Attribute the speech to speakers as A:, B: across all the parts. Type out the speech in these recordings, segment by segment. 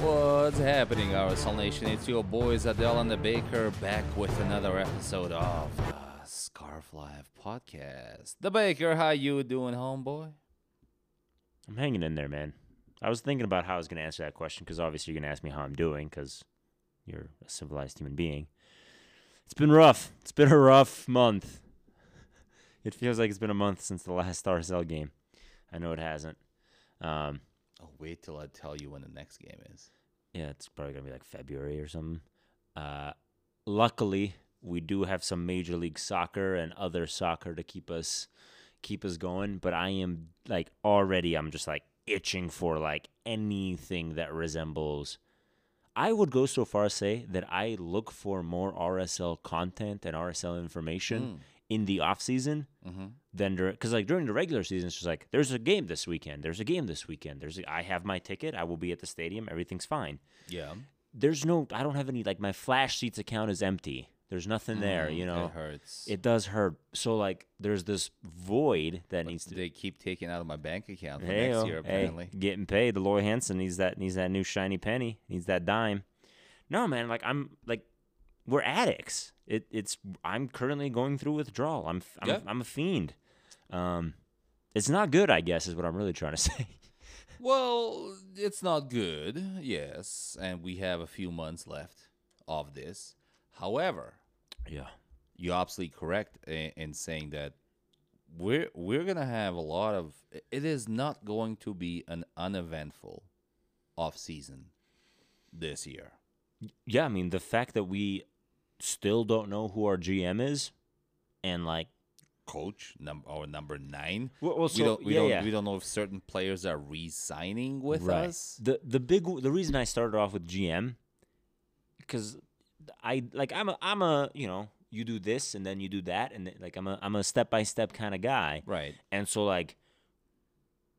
A: What's happening, RSL Nation? It's your boys Adele and the Baker back with another episode of the Scarf Live Podcast. The Baker, how you doing, homeboy?
B: I'm hanging in there, man. I was thinking about how I was going to answer that question because obviously you're going to ask me how I'm doing because you're a civilized human being. It's been rough. It's been a rough month. It feels like it's been a month since the last RSL game. I know it hasn't. Um,
A: Oh, wait till I tell you when the next game is.
B: yeah, it's probably going to be like February or something. Uh, luckily, we do have some Major League Soccer and other soccer to keep us keep us going. But I am like already, I'm just like itching for like anything that resembles. I would go so far as say that I look for more RSL content and RSL information in the off season
A: Mm-hmm.
B: than during because like during the regular season it's just like there's a game this weekend there's a game this weekend there's a, i have my ticket i will be at the stadium everything's fine
A: Yeah.
B: there's no I don't have any like my flash seats account is empty. There's nothing there, you
A: Mm-hmm. It
B: know.
A: Mm, hurts.
B: It, does hurt. So like there's this void that needs to
A: they keep taking out of my bank account for
B: Hey,
A: next
B: oh,
A: year,
B: hey,
A: apparently.
B: getting paid. The Loy Hansen needs that needs that new shiny penny, needs that dime. No, man, like I'm like we're addicts. It it's I'm currently going through withdrawal. I'm f- I'm,
A: Yeah.
B: I'm a fiend. Um it's not good, I guess, is what I'm really trying to say.
A: Well, it's not good, yes, and we have a few months left of this. However,
B: yeah.
A: you're absolutely correct in, in saying that we're we're gonna have a lot of. i- It is not going to be an uneventful off season this year.
B: yeah, I mean, the fact that we still don't know who our GM is, and like,
A: Coach number or number nine.
B: well, well
A: we don't we don't we don't know if certain players are re-signing with
B: right.
A: us.
B: The the big the reason I started off with GM, because I like I'm a I'm a you know you do this and then you do that and then, like I'm a I'm a step by step kind of guy,
A: Right.
B: and so like.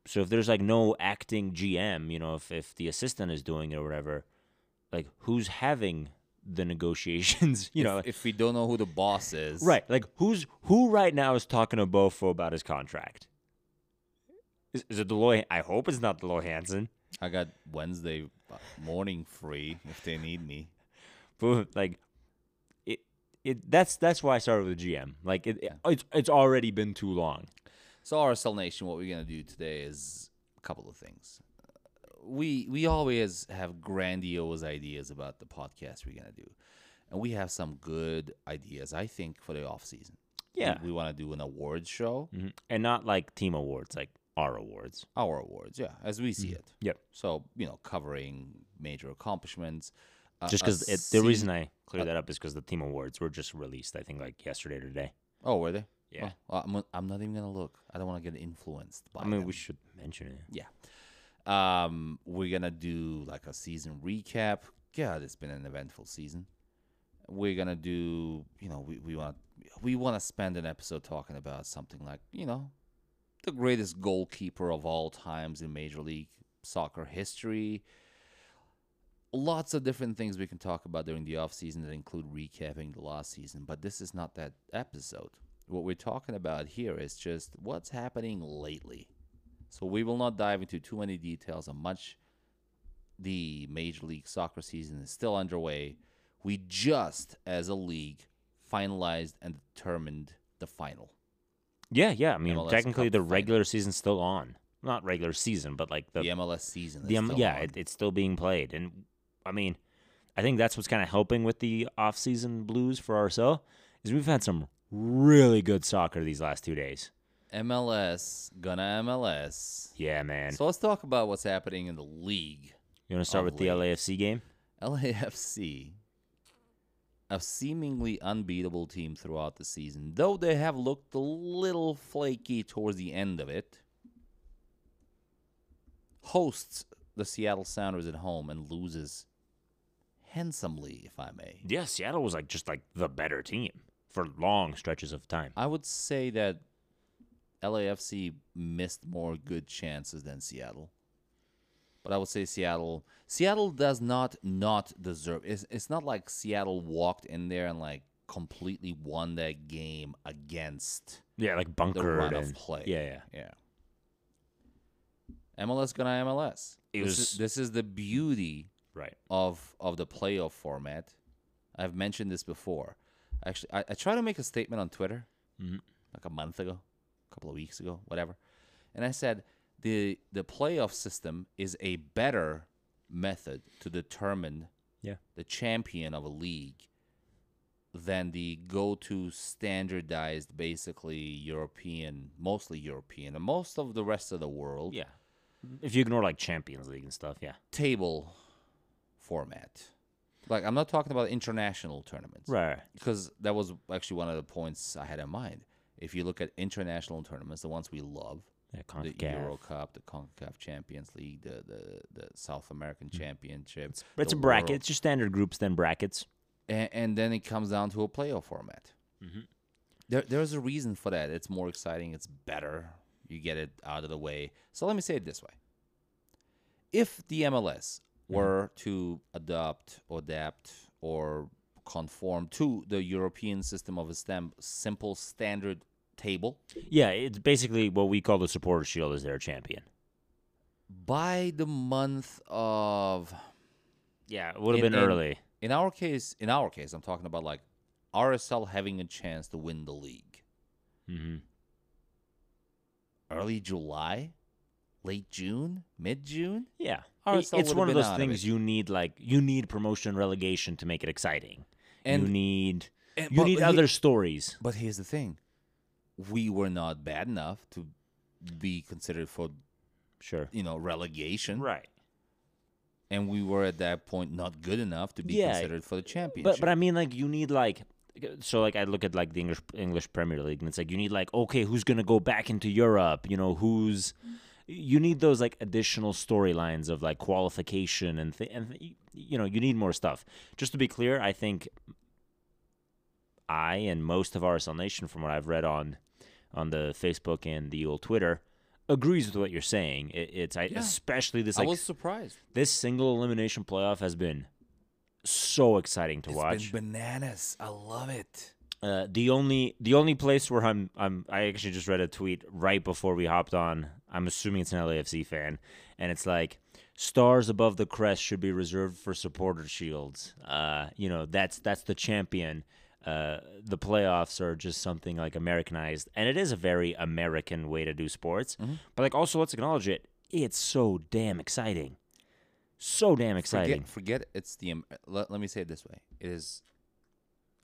B: So if there's like no acting GM, you know, if, if the assistant is doing it or whatever, like who's having the negotiations, you know, like-
A: if we don't know who the boss is,
B: Right. Like who's who right now is talking to Bofo about his contract? Is, is it Deloy? I hope it's not Deloy Hansen.
A: I got Wednesday uh, morning free if they need me.
B: But like it it that's that's why I started with GM. Like it, it- it's it's already been too long.
A: So RSL Nation, what we're gonna do today is a couple of things. We we always have grandiose ideas about the podcast we're gonna do, and we have some good ideas I think for the off season.
B: Yeah.
A: we, want to do an awards show,
B: Mhm. And not like team awards, like our awards.
A: our awards, yeah, as we see it.
B: Yep.
A: So you know, covering major accomplishments. a-
B: Just
A: a
B: because the
A: se-
B: reason I clear that up is because the team awards were just released, I think, like yesterday or today.
A: Oh, were they?
B: Yeah.
A: Oh, I'm, I'm not even gonna look. I don't want to get influenced by.
B: I mean,
A: them.
B: we should mention it.
A: Yeah. Um, we're gonna do like a season recap. God, it's been an eventful season. We're gonna do, you know, we, we want we want to spend an episode talking about something like, you know, the greatest goalkeeper of all times in Major League Soccer history. Lots of different things we can talk about during the off season that include recapping the last season, but this is not that episode. What we're talking about here is just what's happening lately. So we will not dive into too many details on much. The Major League Soccer season is still underway. We just, as a league, finalized and determined the final.
B: Yeah, yeah. I mean,
A: MLS
B: technically,
A: Cup
B: the
A: final.
B: regular season's still on. Not regular season, but like
A: The,
B: the
A: MLS season is
B: the um,
A: still
B: yeah,
A: on.
B: it, it's still being played, and I mean, I think that's what's kind of helping with the off-season blues for RSL is we've had some really good soccer these last two days.
A: MLS, gonna MLS.
B: Yeah, man.
A: So let's talk about what's happening in the league.
B: you want to start with the
A: Lovely.
B: LAFC game?
A: LAFC, a seemingly unbeatable team throughout the season, though they have looked a little flaky towards the end of it, hosts the Seattle Sounders at home and loses handsomely, if I may.
B: Yeah, Seattle was like just like the better team for long stretches of time.
A: I would say that LAFC missed more good chances than Seattle. But I would say Seattle Seattle does not not deserve it's it's not like Seattle walked in there and like completely won that game against
B: Yeah, like
A: the
B: bunkered
A: run of
B: and
A: play.
B: yeah, yeah.
A: Yeah. MLS gonna MLS.
B: It
A: this,
B: was-
A: is, this is the beauty
B: Right.
A: of of the playoff format. I've mentioned this before. Actually, I, I tried to make a statement on Twitter
B: Mhm.
A: like a month ago, a couple of weeks ago, whatever, and I said the the playoff system is a better method to determine
B: Yeah.
A: the champion of a league than the go-to standardized, basically European, mostly European, and most of the rest of the world
B: Yeah. If you ignore like Champions League and stuff, yeah.
A: table format. Like I'm not talking about international tournaments.
B: Right.
A: Because that was actually one of the points I had in mind. If you look at international tournaments, the ones we love,
B: Yeah,
A: the
B: CONCACAF.
A: Euro Cup, the CONCACAF Champions League, the the, the South American Championship,
B: Mm. It's
A: the
B: a bracket.
A: World-
B: It's your standard groups, then brackets.
A: and, and then it comes down to a playoff format.
B: Mhm.
A: There, there's a reason for that. It's more exciting. It's better. You get it out of the way. So let me say it this way: If the MLS were to adopt, or adapt, or conform to the European system of a stem, simple standard table
B: Yeah, it's basically what we call the supporter shield is their champion.
A: by the month of
B: Yeah, it would have
A: In-
B: been
A: in-
B: early.
A: in our case in our case i'm talking about like rsl having a chance to win the league Mm-hmm.
B: hmm
A: early July, late June, mid June.
B: Yeah,
A: Or
B: I-
A: so
B: it's
A: would've
B: one of
A: been
B: those
A: out of
B: things
A: it.
B: you need. Like you need promotion and relegation to make it exciting. you
A: And-
B: need
A: and-
B: you
A: but
B: need
A: he-
B: other stories.
A: But here's the thing: we were not bad enough to be considered for
B: Sure.
A: you know relegation,
B: Right.
A: and we were at that point not good enough to be
B: Yeah,
A: considered for the championship.
B: But but I mean like you need like so like I look at like the English English Premier League and it's like you need like okay who's gonna go back into Europe you know who's you need those like additional storylines of like qualification and th- and th- you know you need more stuff. Just to be clear, I think I and most of RSL Nation, from what I've read on on the Facebook and the old Twitter, agrees with what you're saying. It, it's I,
A: Yeah.
B: especially this
A: I
B: like
A: was surprised.
B: this single elimination playoff has been so exciting to
A: It's
B: watch.
A: been bananas. I love it.
B: Uh, the only the only place where I'm I'm I actually just read a tweet right before we hopped on. I'm assuming it's an LAFC fan, and it's like stars above the crest should be reserved for supporter shields. Uh, you know that's that's the champion. Uh, the playoffs are just something like Americanized, and it is a very American way to do sports.
A: Mm-hmm.
B: But like also let's acknowledge it. It's so damn exciting, so damn exciting.
A: Forget, forget it's the. Am- Let, let me say it this way: It is.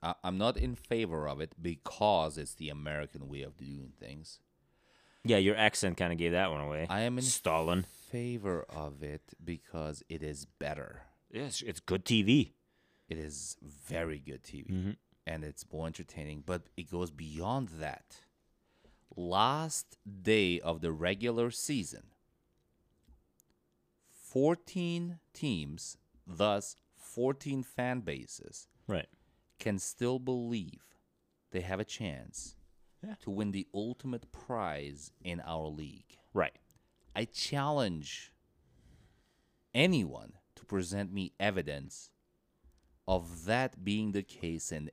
A: I, I'm not in favor of it because it's the American way of doing things.
B: Yeah, your accent kind of gave that one away.
A: I am in
B: Stalin.
A: favor of it because it is better.
B: Yes, it's good TV.
A: It is very good TV
B: Mm.
A: and it's more entertaining, but it goes beyond that. Last day of the regular season 14 teams, thus 14 fan bases,
B: Right.
A: can still believe they have a chance
B: Yeah.
A: to win the ultimate prize in our league.
B: Right.
A: I challenge anyone to present me evidence of that being the case in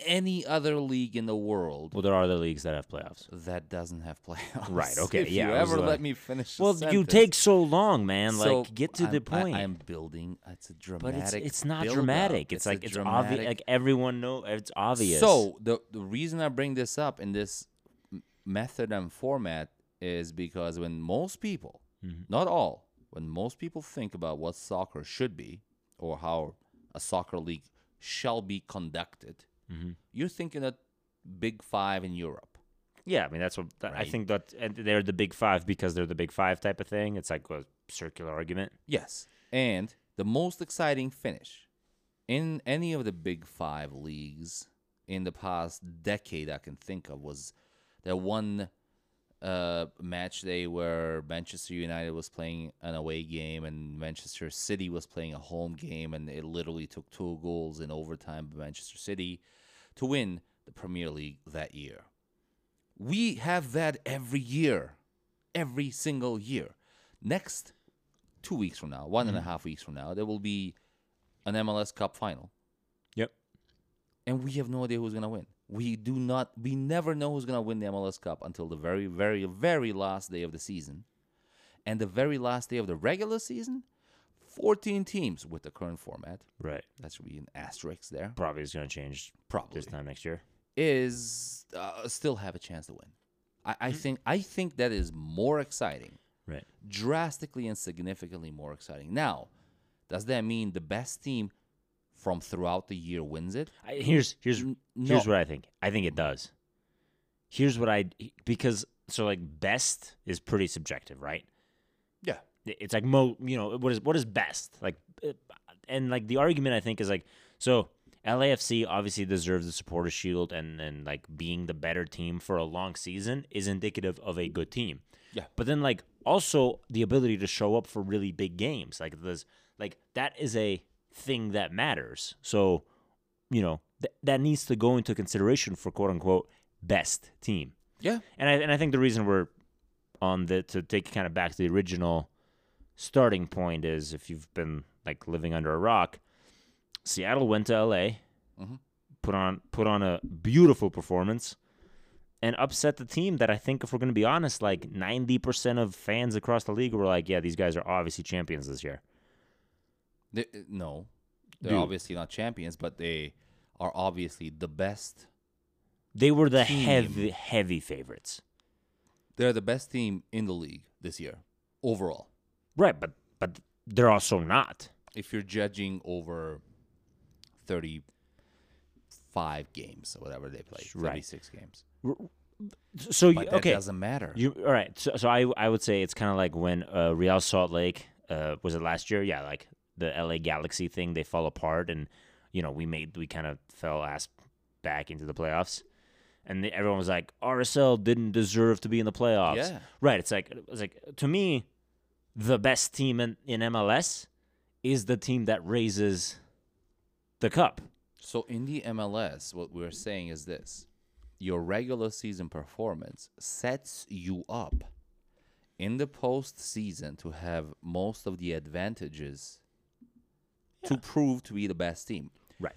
A: any other league in the world
B: Well, there are other leagues that have playoffs.
A: that doesn't have playoffs.
B: Right, okay,
A: If
B: yeah,
A: you
B: I was
A: ever
B: like-
A: let me finish. a
B: Well, you
A: sentence.
B: take so long, man.
A: So,
B: like, get to the
A: I'm- I-
B: point.
A: I'm building. It's a
B: but
A: dramatic.
B: it's it's not
A: buildup.
B: dramatic. It's,
A: a
B: like it's obvious.
A: dramatic-
B: Like everyone know it's obvious.
A: So the the reason I bring this up in this m- method and format is because when most people, not all, when most people think about what soccer should be or how a soccer league shall be conducted, you're thinking of big five in Europe.
B: yeah, I mean that's what that, I
A: Right.
B: think that and they're the big five because they're the big five type of thing. It's like a circular argument.
A: Yes, and the most exciting finish in any of the big five leagues in the past decade I can think of was that one uh, match day where Manchester United was playing an away game and Manchester City was playing a home game, and it literally took two goals in overtime by Manchester City to win the Premier League that year. We have that every year, every single year. Next two weeks from now, one and a half weeks from now, there will be an MLS Cup final,
B: Yep.
A: and we have no idea who's gonna win. We do not, we never know who's gonna win the MLS Cup until the very, very, very last day of the season, and the very last day of the regular season. 14 teams with the current format.
B: Right.
A: That should be an asterisk there.
B: Probably is going to change
A: Probably
B: this time next year.
A: is uh, still have a chance to win. I, I think I think that is more exciting,
B: Right.
A: drastically and significantly more exciting. Now, does that mean the best team from throughout the year wins it?
B: I, here's here's
A: N-
B: here's
A: no.
B: what I think. I think it does. Here's what I because so like best is pretty subjective, right?
A: Yeah.
B: It- It's like mo, you know, what is what is best? Like, uh, and like the argument I think is like so. LAFC obviously deserves the supporter shield and and like being the better team for a long season is indicative of a good team.
A: Yeah.
B: But then like also the ability to show up for really big games. Like this like that is a thing that matters. So, you know, th- that needs to go into consideration for quote unquote best team.
A: Yeah.
B: And I and I think the reason we're on the to take kind of back to the original starting point is if you've been like living under a rock, Seattle went to LA,
A: Mhm.
B: put on put on a beautiful performance, and upset the team that I think if we're going to be honest, like ninety percent of fans across the league were like, yeah, these guys are obviously champions this year.
A: They, uh, no, they're
B: Dude.
A: obviously not champions, but they are obviously the best.
B: They were the
A: Team.
B: heavy heavy favorites,
A: They're the best team in the league this year overall.
B: right? But but they're also not.
A: If you're judging over thirty-five games or whatever they played,
B: Right.
A: thirty-six games,
B: So you-
A: but that
B: okay,
A: doesn't matter.
B: You all right? So, so I I would say it's kind of like when uh, Real Salt Lake uh, was it last year? Yeah, like the LA Galaxy thing. They fall apart, and you know we made we kind of fell ass back into the playoffs, and the, everyone was like RSL didn't deserve to be in the playoffs.
A: Yeah.
B: right. It's like it's like to me, the best team in, in MLS is the team that raises the cup.
A: So in the MLS, what we're saying is this: your regular season performance sets you up in the postseason to have most of the advantages to prove to be the best team.
B: Right.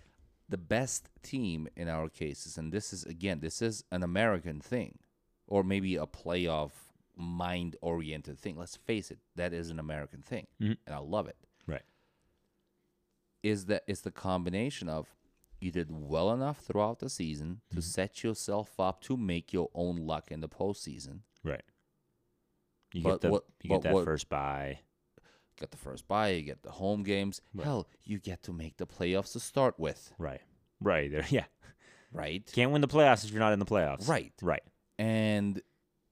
A: The best team in our cases, and this is again, this is an American thing, or maybe a playoff mind-oriented thing. Let's face it, that is an American thing, and I love it
B: Right.
A: is that it's the combination of you did well enough throughout the season
B: Mm-hmm.
A: to set yourself up to make your own luck in the postseason.
B: Right. You
A: But
B: get the
A: what-
B: you
A: but
B: get that
A: what-
B: first buy.
A: Get the first bye, you get the home games. Hell, you get to make the playoffs to start with,
B: Right. Right. There. Yeah.
A: right?
B: Can't win the playoffs if you're not in the playoffs.
A: Right.
B: Right.
A: And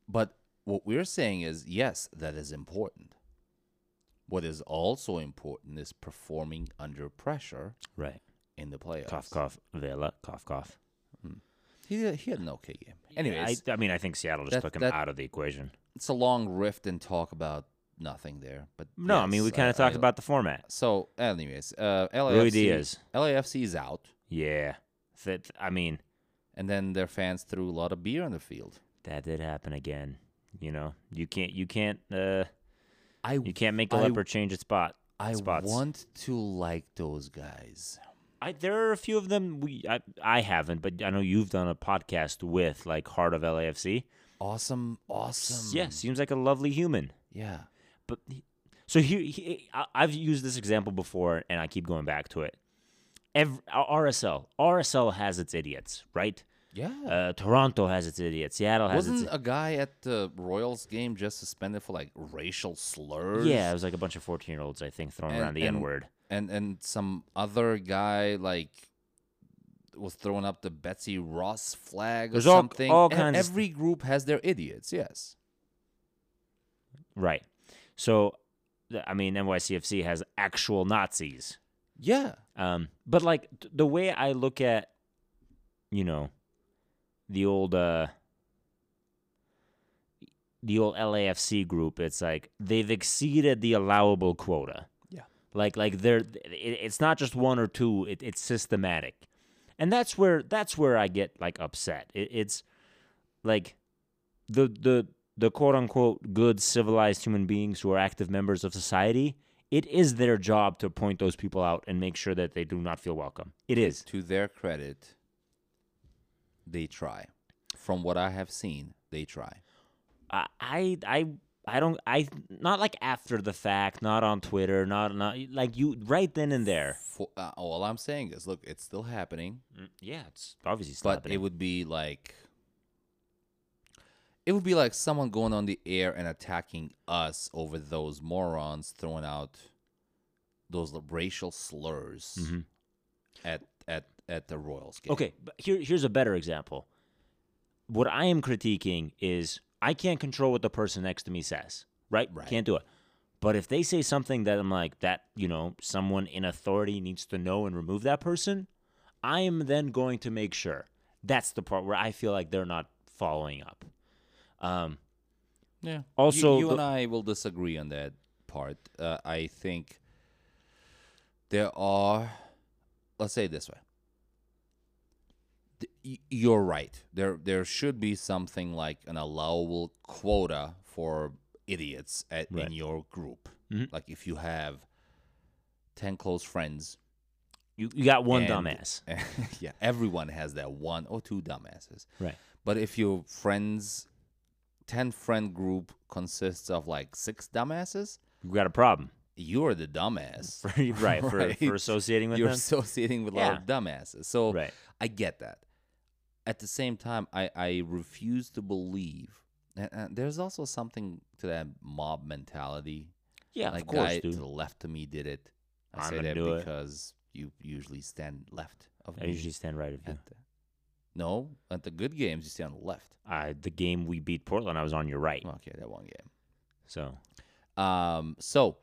A: but what we're saying is yes, that is important. What is also important is performing under pressure
B: Right.
A: in the playoffs.
B: Cough, cough, Vela, cough, cough.
A: He did, he had an okay game. Anyways,
B: I, I mean, I think Seattle just
A: that-
B: took him
A: that-
B: out of the equation.
A: it's a long rift and talk about nothing there. But
B: No, I mean, we
A: yes,
B: kind of talked
A: I-
B: about the format.
A: So, anyways, uh, LAFC,
B: Rui Diaz.
A: LAFC is out,
B: Yeah. That, I mean,
A: and then their fans threw a lot of beer on the field.
B: that did happen again. You know, you can't, you can't, uh,
A: I
B: you can't make a
A: I-
B: leopard change its spot.
A: I
B: spots.
A: want to like those guys.
B: I, there are a few of them we I, I haven't, but I know you've done a podcast with like Heart of LAFC.
A: Awesome, awesome.
B: Yeah, seems like a lovely human.
A: yeah.
B: but he- so here he, I- I've used this example before, and I keep going back to it. Every, RSL, RSL has its idiots, right?
A: Yeah.
B: Uh, Toronto has its idiots. Seattle has
A: Wasn't
B: its.
A: a guy at the Royals game just suspended for like racial slurs?
B: Yeah, it was like a bunch of fourteen-year-olds, I think, throwing
A: And-
B: around the
A: and-
B: N word.
A: and and some other guy like was throwing up the Betsy Ross flag
B: There's
A: or
B: all-
A: something.
B: all
A: E-
B: kinds of-
A: Every group has their idiots. Yes.
B: Right. So, th- I mean, NYCFC has actual Nazis.
A: Yeah.
B: Um, but like th- the way I look at, you know, the old uh, the old LAFC group, it's like they've exceeded the allowable quota.
A: Yeah.
B: Like like they're it, it's not just one or two. It, it's systematic, and that's where that's where I get like upset. It, it's like the the the quote unquote good civilized human beings who are active members of society, it is their job to point those people out and make sure that they do not feel welcome. It is.
A: to their credit, they try. From what I have seen, they try.
B: I I I, I don't I not like after the fact, not on Twitter, not not like you right then and there.
A: For, uh, all I'm saying is, look, it's still happening,
B: Mm, Yeah, it's obviously still
A: but
B: happening.
A: it would be like it would be like someone going on the air and attacking us over those morons throwing out those l- racial slurs
B: Mhm.
A: at at at the Royals game.
B: Okay, but here here's a better example. What I am critiquing is I can't control what the person next to me says. Right?
A: Right.
B: Can't do it. But if they say something that I'm like that, you know, someone in authority needs to know and remove that person, I am then going to make sure. That's the part where I feel like they're not following up. Um,
A: Yeah.
B: Also,
A: you, you
B: the-
A: and I will disagree on that part. Uh, I think there are. Let's say it this way. Th- y- You're right. There, there should be something like an allowable quota for idiots at,
B: Right.
A: in your group.
B: Mhm.
A: Like if you have ten close friends,
B: you, you got one
A: and-
B: dumbass.
A: yeah, everyone has that one or two dumbasses.
B: Right.
A: But if your friends, 10 friend group consists of like six dumbasses,
B: You got a problem.
A: you're the dumbass.
B: right, For,
A: Right.
B: for associating with
A: You're
B: them.
A: associating with a lot of dumbasses. So
B: Right.
A: I get that. At the same time, I, I refuse to believe. And, and there's also something to that mob mentality.
B: Yeah,
A: like
B: of course,
A: guy
B: dude.
A: to the left of me did it. I
B: I'm
A: say
B: gonna
A: that
B: do it.
A: because you usually stand left of
B: I
A: me.
B: usually stand right of you.
A: At the, no, at the good games you stay on the left.
B: I, the game we beat Portland, I was on your right.
A: Okay, that one game.
B: So
A: Um, so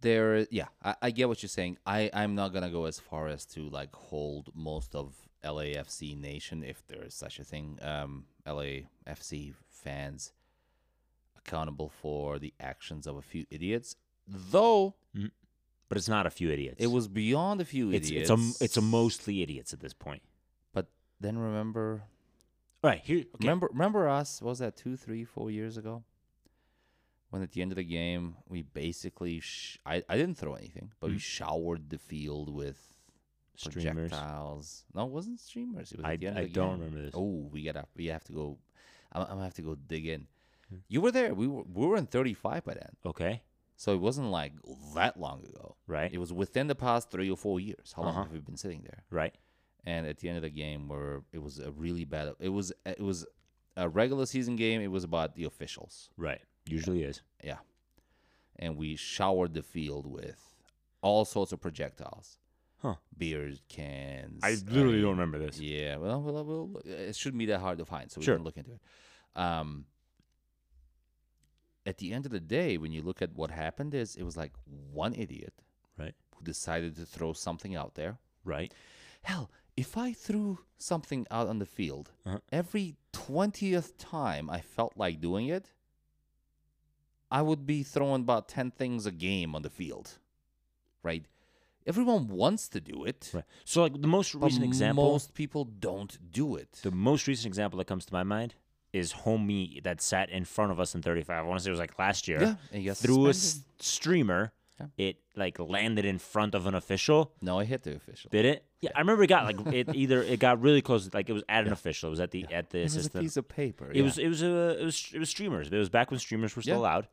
A: there, yeah, I, I get what you're saying. I I'm not gonna go as far as to like hold most of LAFC nation, if there is such a thing, um, LAFC fans accountable for the actions of a few idiots. Though
B: but it's not a few idiots.
A: it was beyond a few
B: It's
A: idiots.
B: it's a it's a mostly idiots at this point.
A: But then remember
B: All right, here. Okay.
A: Remember, remember us? What was that two, three, four years ago? When at the end of the game, we basically sh- I I didn't throw anything, but we showered the field with
B: Hmm. Streamers.
A: projectiles. No, it wasn't streamers. It was
B: I-
A: at the end
B: I
A: of the
B: don't
A: game.
B: remember this.
A: Oh, we gotta we have to go. I'm, I'm gonna have to go dig in.
B: Hmm.
A: You were there. We were we were in 35 by then,
B: Okay.
A: so it wasn't like that long ago.
B: Right.
A: It was within the past three or four years. How long
B: Uh-huh.
A: have we been sitting there?
B: Right.
A: and at the end of the game where it was a really bad it was it was a regular season game it was about the officials
B: Right. Usually is.
A: yeah and we showered the field with all sorts of projectiles
B: Huh.
A: beer cans
B: I
A: uh,
B: literally don't remember this.
A: yeah well, well, well it shouldn't be that hard to find so we
B: Sure.
A: can look into it um at the end of the day when you look at what happened is it was like one idiot
B: Right.
A: who decided to throw something out there
B: Right.
A: Hell, if I threw something out on the field,
B: Uh-huh.
A: every 20th time I felt like doing it, I would be throwing about 10 things a game on the field, right? Everyone wants to do it,
B: Right. So like the most
A: but
B: recent example.
A: most people don't do it.
B: The most recent example that comes to my mind is homie that sat in front of us in 35. I want to say it was like last year.
A: Yeah, and he got
B: Through a s-
A: suspended.
B: streamer,
A: Yeah.
B: it like landed in front of an official.
A: no, I hit the official.
B: Did it? Yeah, I remember it got like it either it got really close. Like it was at an official. It was at the at the
A: it was a
B: assistant.
A: piece of paper.
B: It
A: yeah.
B: was it was uh, it was it was streamers. It was back when streamers were still
A: Yeah.
B: allowed.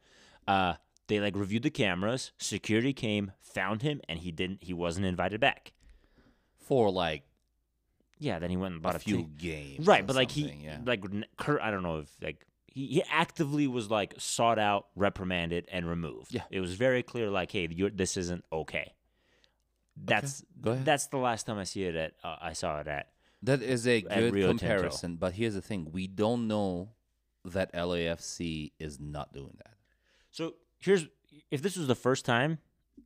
B: Uh, they like reviewed the cameras. Security came, found him, and he didn't. He wasn't invited back.
A: for like
B: Yeah, then he went and bought
A: a
B: a,
A: few
B: ticket.
A: games.
B: right,
A: or
B: but like he
A: something, yeah.
B: like n- Kurt. I don't know if like he, he actively was like sought out, reprimanded, and removed.
A: Yeah.
B: it was very clear. Like, hey, you're, this isn't okay. That's
A: go ahead.
B: that's the last time I see it at uh, I saw it at.
A: That is a
B: at
A: good
B: Rio Tinto.
A: comparison, but here's the thing: we don't know that LAFC is not doing that.
B: So here's if this was the first time,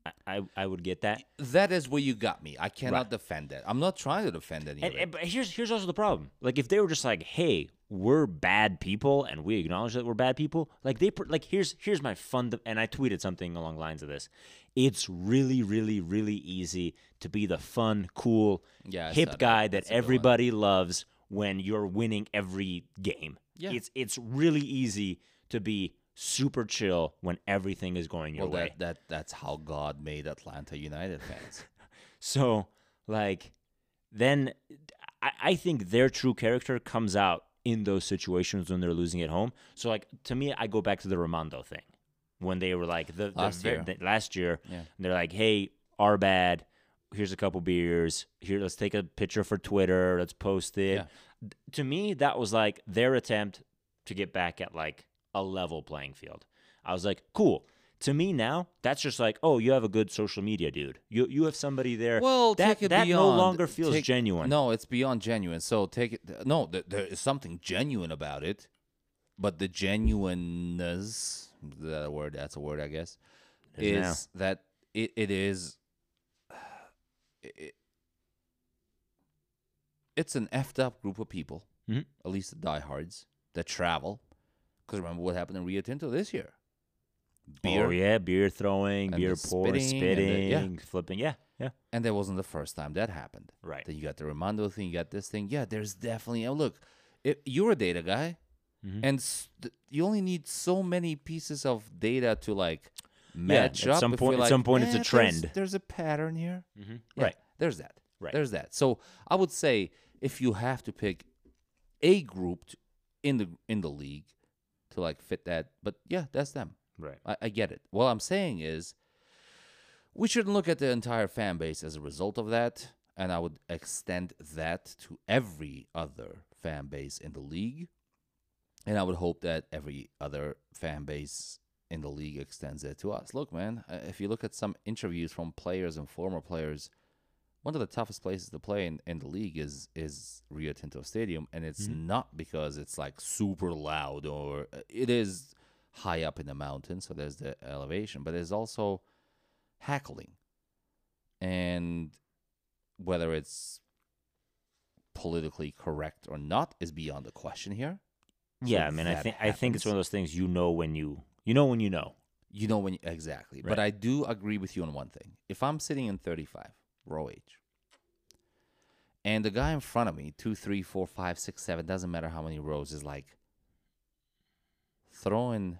B: I I, I would get that.
A: That is where you got me. I cannot defend that. I'm not trying to defend any
B: And,
A: of it.
B: and- but here's here's also the problem. Like if they were just like, "Hey, we're bad people, and we acknowledge that we're bad people," like they pr- like here's here's my fund. And I tweeted something along the lines of this. It's really, really, really easy to be the fun, cool,
A: Yeah, it's
B: hip
A: not-
B: guy that
A: that's a good one.
B: everybody loves when you're winning every game.
A: Yeah.
B: it's it's really easy to be super chill when everything is going your
A: Well,
B: way.
A: that, that that's how God made Atlanta United fans.
B: So, like, then I, I think their true character comes out in those situations when they're losing at home. So like to me, I go back to the Romando thing when they were like the, the
A: Last
B: ver-
A: year.
B: the- last year.
A: Yeah.
B: and they're like, hey, our bad. Here's a couple beers. Here, let's take a picture for Twitter. Let's post it.
A: Yeah.
B: Th- To me, that was like their attempt to get back at like a level playing field. I was like, cool. To me now, that's just like, oh, you have a good social media, dude. You you have somebody there.
A: Well,
B: that
A: take it
B: that
A: beyond-
B: no longer feels
A: take-
B: genuine.
A: No, it's beyond genuine. So take it. th- No, th- there is something genuine about it, but the genuineness, is that a word? That's a word, I guess.
B: Is now.
A: is that it, it is. It, it- it's an effed up group of people,
B: Mhm.
A: at least the diehards that travel. Because remember what happened in Rio Tinto this year? Beer,
B: Oh yeah, beer throwing,
A: and
B: beer
A: the
B: pouring,
A: spitting and the-
B: spitting,
A: yeah.
B: flipping. Yeah, yeah,
A: and that wasn't the first time that happened.
B: right.
A: Then you got the Ramondo thing, you got this thing. Yeah, there's definitely. And look, if you're a data guy,
B: Mhm.
A: and s- th- you only need so many pieces of data to like
B: Yeah,
A: match
B: at
A: up.
B: some
A: if you're
B: point- at
A: like,
B: some point it's a
A: "Eh, there's-
B: trend."
A: There's, a pattern here.
B: hmm
A: Yeah,
B: Right.
A: There's that.
B: Right.
A: There's that. So I would say if you have to pick a group t- in the in the league to like fit that, but yeah, that's them.
B: Right.
A: I, I get it. What I'm saying is, we shouldn't look at the entire fan base as a result of that. And I would extend that to every other fan base in the league. And I would hope that every other fan base in the league extends it to us. Look, man, uh, if you look at some interviews from players and former players, one of the toughest places to play in, in the league is is Rio Tinto Stadium, and it's not because it's like super loud or uh, it is high up in the mountain, so there's the elevation, but there's also hackling, and whether it's politically correct or not is beyond the question here. So
B: Yeah, I mean, I
A: that
B: think I think it's
A: happens.
B: one of those things you know when you you know when you know.
A: You know when you, exactly. But
B: Right.
A: I do agree with you on one thing. If I'm sitting in 35, row H, and the guy in front of me, two, three, four, five, six, seven, doesn't matter how many rows, is like throwing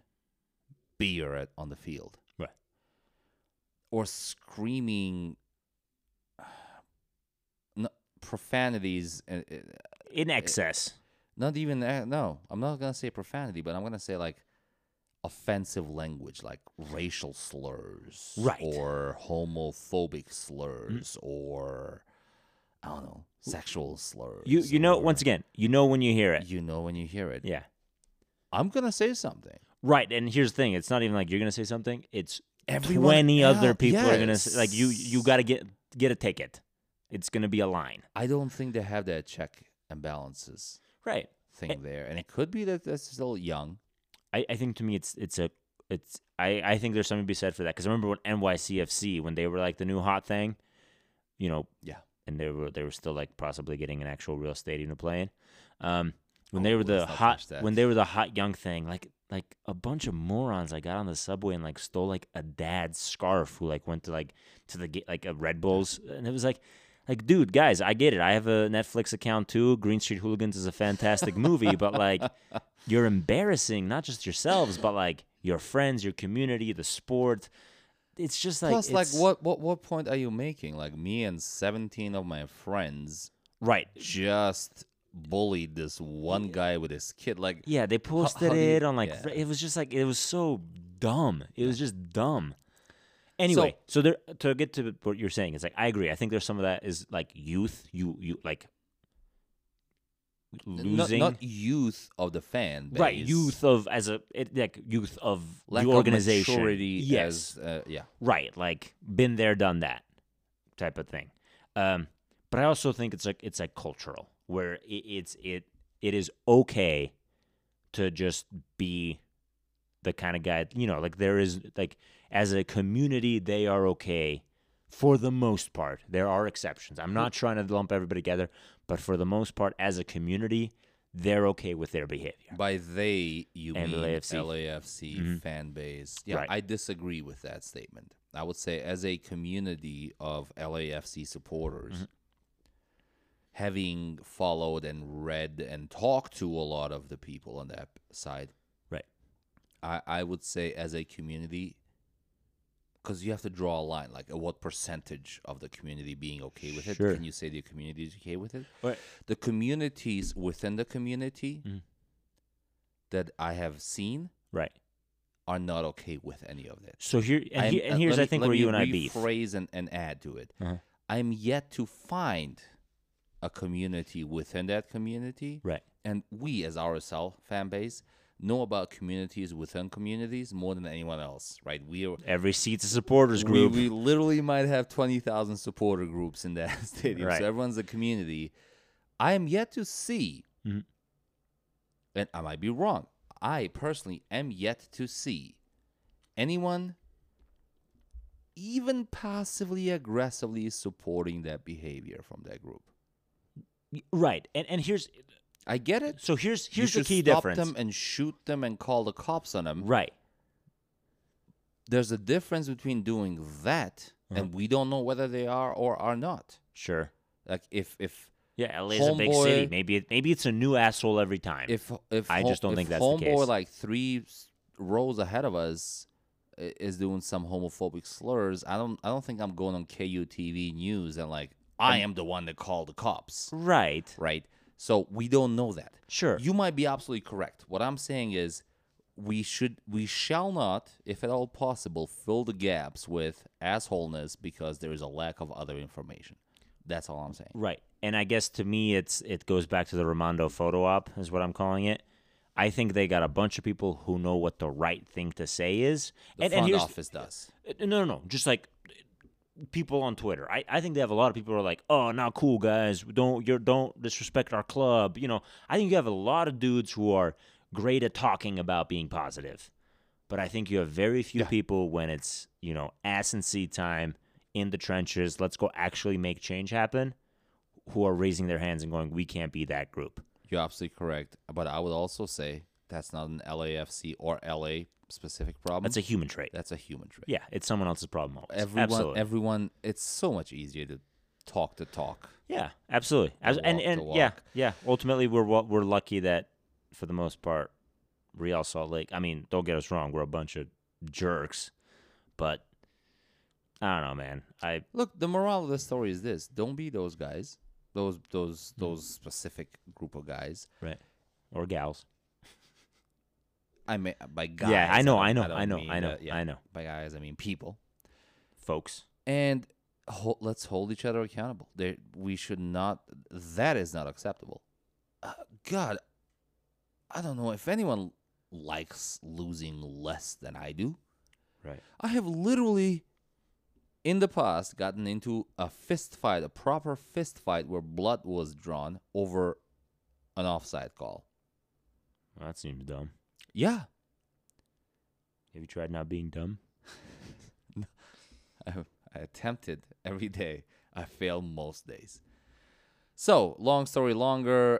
A: beer at, on the field
B: Right.
A: or screaming uh, no, profanities uh, uh,
B: In excess.
A: not even that. No, I'm not gonna say profanity, but I'm gonna say like offensive language, like racial slurs,
B: Right. Mm.
A: or homophobic slurs, or I don't know, sexual slurs.
B: You you know
A: or-
B: once again, you know when you hear it.
A: you know when you hear it.
B: Yeah.
A: I'm gonna say something.
B: Right. And here's the thing, it's not even like you're going to say something. It's
A: Everyone
B: 20 other
A: else-
B: people are going to say like you you
A: yes.
B: got to get get a ticket. It's going to be a line.
A: I don't think they have that check and balances
B: Right.
A: thing there, and it could be that that's still young.
B: I, I think to me it's it's a it's I, I think there's something to be said for that because I remember when NYCFC when they were like the new hot thing, you know,
A: Yeah.
B: and they were they were still like possibly getting an actual real stadium to play in. Um, when they
A: Oh,
B: were the
A: let's not
B: hot
A: touch that.
B: when they were the hot young thing, like like a bunch of morons like got on the subway and like stole like a dad's scarf who like went to like to the ga- like a Red Bulls and it was like. Like, dude, guys, I get it. I have a Netflix account too. Green Street Hooligans is a fantastic movie, but like, you're embarrassing not just yourselves, but like your friends, your community, the sport. It's just like
A: Plus, like,
B: it's-
A: what, what what point are you making? Like, me and 17 of my friends
B: Right.
A: just bullied this one guy with his kid. Like,
B: Yeah, they posted
A: do you-
B: it on like
A: yeah.
B: fr- it was just like it was so dumb. It was just dumb. Anyway, so, there to get to what you're saying, it's like I agree. I think there's some of that is like youth, you you like
A: n- not,
B: losing
A: not youth of the fan, base,
B: right youth of as a it, like youth of
A: lack
B: the organization.
A: of maturity
B: yes,
A: as, uh, yeah,
B: right like been there done that type of thing um but i also think it's like it's like cultural where it, it's it it is okay to just be the kind of guy you know like there is like as a community they are okay for the most part there are exceptions i'm not trying to lump everybody together but for the most part as a community they're okay with their behavior
A: By they, you
B: And
A: mean
B: LAFC.
A: LAFC, fan base. Yeah,
B: Right.
A: I disagree with that statement. I would say, as a community of LAFC supporters, having followed and read and talked to a lot of the people on that side,
B: right
A: I, I would say, as a community, because you have to draw a line, like uh, what percentage of the community being okay with it.
B: Sure.
A: Can you say the community is okay with it?
B: Right.
A: The communities within the community
B: Mm.
A: that I have seen
B: Right.
A: are not okay with any of this.
B: So here and,
A: I'm-
B: he, and
A: uh,
B: here's
A: let
B: I
A: me-
B: think
A: let
B: where
A: me
B: you and I beef.
A: rephrase and, and add to it.
B: Uh-huh.
A: I'm yet to find a community within that community,
B: Right.
A: and we as RSL fan base know about communities within communities more than anyone else, right? We are.
B: Every seat's a supporters
A: We,
B: group.
A: we literally might have 20,000 supporter groups in that stadium.
B: Right.
A: So everyone's a community. I am yet to see,
B: Mhm.
A: and I might be wrong, I personally am yet to see anyone even passively aggressively supporting that behavior from that group.
B: right. And and here's
A: I get it.
B: so here's
A: You
B: here's the
A: should
B: key
A: stop
B: difference.
A: them and shoot them and call the cops on them.
B: Right.
A: There's a difference between doing that
B: Uh-huh.
A: and we don't know whether they are or are not.
B: Sure.
A: Like if if
B: Yeah, LA's a big city.
A: Homeboy-
B: Maybe it, maybe it's a new asshole every time.
A: if if
B: I just don't
A: if
B: think that's the
A: homeboy
B: case.
A: like three s- rows ahead of us i- is doing some homophobic slurs. I don't I don't think I'm going on KUTV news and like I am the one that called the cops,
B: right.
A: right? So we don't know that.
B: Sure.
A: You might be absolutely correct. What I'm saying is we should we shall not, if at all possible, fill the gaps with assholeness because there is a lack of other information. That's all I'm saying.
B: Right. And I guess to me it's it goes back to the Ramondo photo op is what I'm calling it. I think they got a bunch of people who know what the right thing to say is.
A: The
B: and, and
A: front
B: here's-
A: office does.
B: No, no, no. Just like people on Twitter. I, I think they have a lot of people who are like, "Oh, not cool, guys. Don't you don't disrespect our club." You know, I think you have a lot of dudes who are great at talking about being positive, but I think you have very few people when it's you know ass and seat time in the trenches. Let's go actually make change happen. Who are raising their hands and going, "We can't be that group."
A: You're absolutely correct. But I would also say that's not an LAFC or LA specific problem.
B: That's a human trait.
A: That's a human trait.
B: Yeah, it's someone else's problem. Always.
A: Everyone,
B: Absolutely.
A: everyone. It's so much easier to talk the talk.
B: Yeah, absolutely. As, and
A: walk the
B: and yeah,
A: walk.
B: yeah. Ultimately, we're wa- we're lucky that for the most part, Real Salt Lake. I mean, don't get us wrong, we're a bunch of jerks, but I don't know, man. I
A: Look, the moral of the story is this: don't be those guys, those those
B: Mm.
A: those specific group of guys.
B: right or gals.
A: I mean, by guys.
B: yeah, I know,
A: don't-
B: I know,
A: don't
B: I know,
A: mean
B: I know,
A: the- yeah,
B: I know,
A: By guys, I mean people.
B: folks.
A: And ho- let's hold each other accountable. There, we should not. That is not acceptable. Uh, God, I don't know if anyone likes losing less than I do.
B: Right.
A: I have literally, in the past, gotten into a fist fight, a proper fist fight where blood was drawn over an offside call.
B: Well, that seems dumb.
A: Yeah,
B: Have you tried not being dumb?
A: I, I attempted every day. I fail most days. So, long story longer,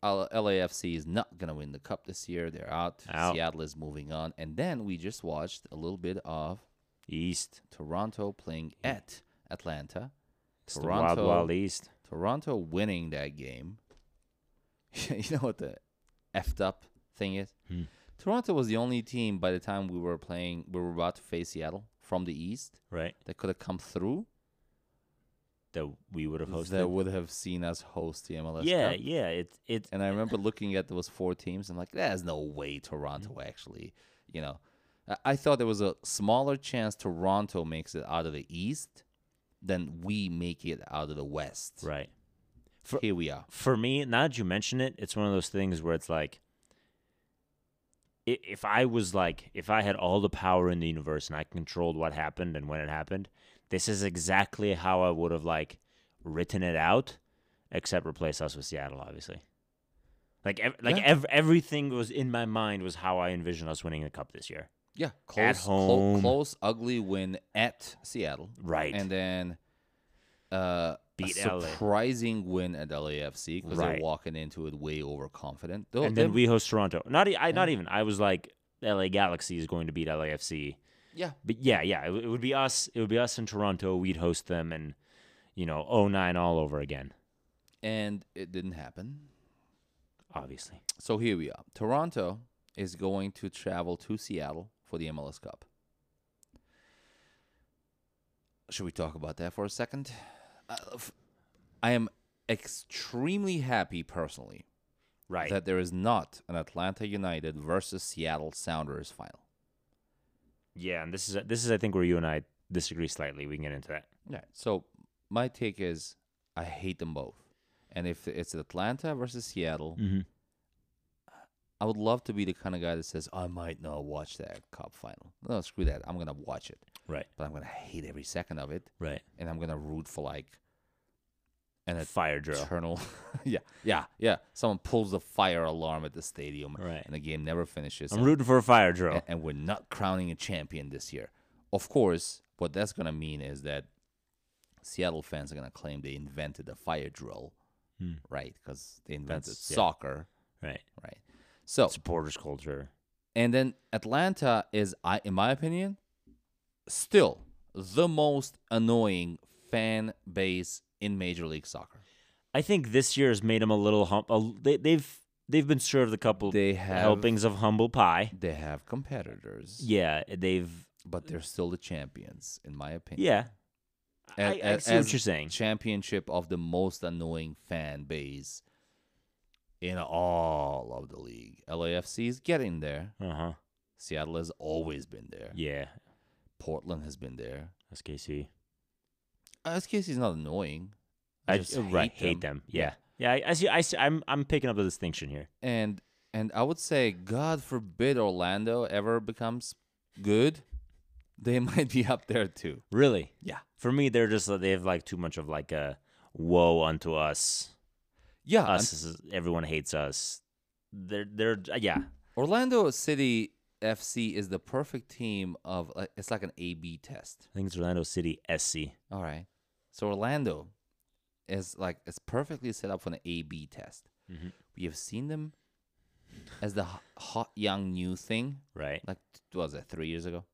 A: L- LAFC is not going to win the cup this year. They're out.
B: Out.
A: Seattle is moving on. And then we just watched a little bit of
B: East,
A: Toronto playing at Atlanta.
B: It's the wild,
A: Toronto.
B: wild East.
A: Toronto winning that game. you know what the effed up thing is?
B: Hmm.
A: Toronto was the only team by the time we were playing, we were about to face Seattle from the East
B: Right.
A: that could have come through.
B: That we would have hosted.
A: that would have seen us host the MLS
B: yeah,
A: Cup.
B: yeah. It's it's
A: And I remember looking at those four teams. I'm like, there's no way
B: Hmm.
A: Toronto actually, you know. I- I thought there was a smaller chance Toronto makes it out of the East than we make it out of the West.
B: right.
A: Here we are.
B: for me, now that you mention it, it's one of those things where it's like, i- if I was like, if I had all the power in the universe and I controlled what happened and when it happened, this is exactly how I would have like written it out, except replace us with Seattle, obviously. Like, ev- like
A: Yeah.
B: ev- everything was in my mind was how I envisioned us winning the cup this year.
A: Yeah, close,
B: At
A: clo-
B: home.
A: close, ugly win at Seattle.
B: Right.
A: and then uh,
B: Beat
A: a
B: LA.
A: surprising win at LAFC because
B: Right.
A: they're walking into it way overconfident. Though
B: and then
A: them-
B: we host Toronto. Not, e- I, not even. I was like, LA Galaxy is going to beat LAFC.
A: yeah,
B: But yeah, yeah, it, w- it would be us. It would be us in Toronto. We'd host them, and you know, 09 all over again.
A: and it didn't happen.
B: Obviously,
A: So here we are. Toronto is going to travel to Seattle for the MLS Cup. Should we talk about that for a second? Uh, f- I am extremely happy personally
B: Right.
A: that there is not an Atlanta United versus Seattle Sounders final.
B: yeah, and this is this is I think where you and I disagree slightly. We can get into that.
A: Yeah. So my take is I hate them both. And if it's Atlanta versus Seattle,
B: Mm-hmm.
A: I would love to be the kind of guy that says, I might not watch that cup final. No, screw that. I'm going to watch it.
B: Right.
A: But I'm going to hate every second of it.
B: Right.
A: And I'm going to root for like an
B: Fire drill.
A: eternal. yeah. Yeah. Yeah. Someone pulls the fire alarm at the stadium
B: Right.
A: and the game never finishes.
B: I'm
A: and-
B: rooting for a fire
A: a-
B: drill.
A: and, we're not crowning a champion this year. Of course, what that's going to mean is that Seattle fans are going to claim they invented the fire drill,
B: Hmm.
A: right? Because they invented
B: That's- yeah.
A: soccer,
B: Right.
A: right? So,
B: Supporters culture.
A: and then Atlanta is, I, in my opinion, still the most annoying fan base in Major League Soccer.
B: I think this year has made them a little hum. A, they, they've they've been served a couple
A: They have
B: helpings of humble pie.
A: They have competitors,
B: Yeah, they've
A: but they're still the champions, in my opinion.
B: yeah.
A: A-
B: I, I
A: a-
B: see what
A: as
B: you're saying.
A: championship of the most annoying fan base in all of the league. LAFC is getting there.
B: Uh huh.
A: Seattle has always been there.
B: Yeah,
A: Portland has been there. Uh,
B: SKC.
A: SKC is not annoying.
B: I
A: just
B: uh, right, hate them. Yeah, yeah. I, I see. I see. I'm I'm picking up the distinction here.
A: And and I would say, God forbid Orlando ever becomes good. They might be up there too.
B: Really.
A: Yeah.
B: For me, they're just they have like too much of like a woe unto us.
A: Yeah. and
B: Us is, everyone hates us. They're they're uh, yeah.
A: Orlando City FC is the perfect team of uh, it's like an A B test.
B: I think it's Orlando City SC.
A: All right. So Orlando is like it's perfectly set up for an A/B test.
B: Mhm.
A: We have seen them as the ho- hot young new thing.
B: Right.
A: Like what was it three years ago?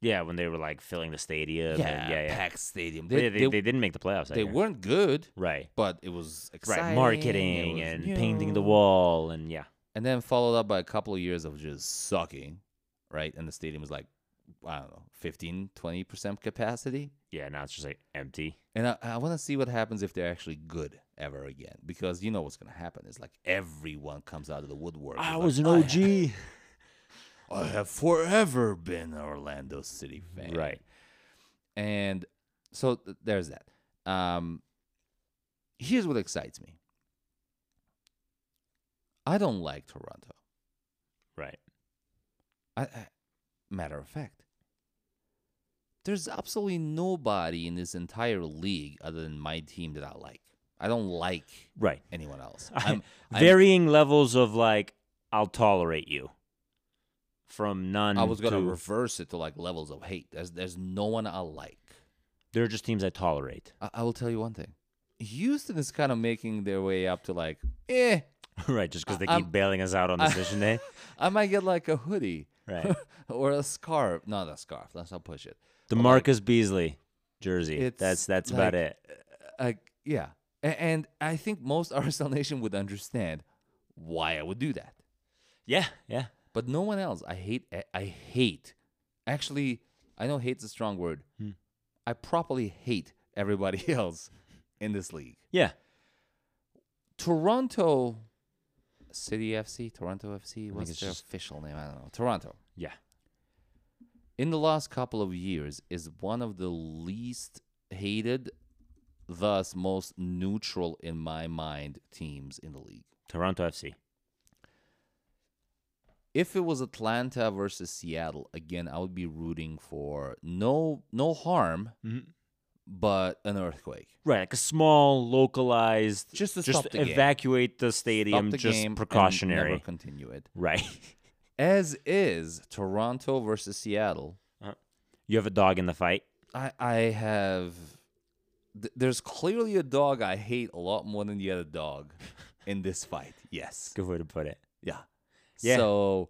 B: Yeah, when they were like filling the stadium. and, yeah, yeah.
A: packed stadium.
B: But
A: They
B: yeah,
A: they,
B: they, they didn't make the playoffs. that
A: they
B: year.
A: weren't good,
B: right,
A: but it was exciting.
B: right,
A: it
B: marketing
A: was
B: and
A: new.
B: painting the wall and yeah,
A: and then followed up by a couple of years of just sucking, right? And the stadium was like I don't know, 15, 20 percent capacity.
B: yeah. Now it's just like empty.
A: And I, I want to see what happens if they're actually good ever again, because you know what's gonna happen. It's like everyone comes out of the woodwork. It's like,
B: oh,
A: I,
B: OG.
A: ha- I have forever been an Orlando City fan.
B: Right.
A: And so th- there's that. Um, here's what excites me. I don't like Toronto.
B: Right.
A: I, I, matter of fact, there's absolutely nobody in this entire league other than my team that I like. I don't like
B: Right.
A: anyone else.
B: I-
A: I'm, I'm-
B: Varying levels of like, I'll tolerate you. From none.
A: I was gonna
B: to-
A: reverse it to like levels of hate. There's there's no one I like.
B: They're just teams I tolerate.
A: I, I will tell you one thing. Houston is kind of making their way up to like, eh,
B: right. Just because they
A: I'm-
B: keep bailing us out on decision day.
A: I might get like a hoodie
B: Right.
A: or a scarf. Not a scarf. Let's not push it.
B: The
A: But, like,
B: Marcus Beasley jersey.
A: it's
B: That's that's about
A: like-
B: it.
A: like yeah A- and i think most arsenal nation would understand why i would do that
B: Yeah. Yeah.
A: but no one else i hate i- i hate actually i know hate's a strong word
B: Hmm.
A: i properly hate everybody else in this league
B: Yeah.
A: toronto city fc toronto fc
B: it's
A: what's their
B: just-
A: official name i don't know toronto
B: Yeah.
A: in the last couple of years is one of the least hated thus most neutral in my mind teams in the league
B: Toronto FC.
A: if it was Atlanta versus Seattle again, I would be rooting for no no harm,
B: Mhm.
A: but an earthquake.
B: Right, like a small, localized,
A: Just to
B: just
A: stop the game.
B: evacuate the
A: Stop
B: stadium,
A: the
B: just
A: game and
B: precautionary.
A: never continue it.
B: Right,
A: As is Toronto versus Seattle.
B: you have a dog in the fight.
A: I I have th- there's clearly a dog I hate a lot more than the other dog in this fight. Yes.
B: Good way to put it.
A: Yeah.
B: Yeah.
A: So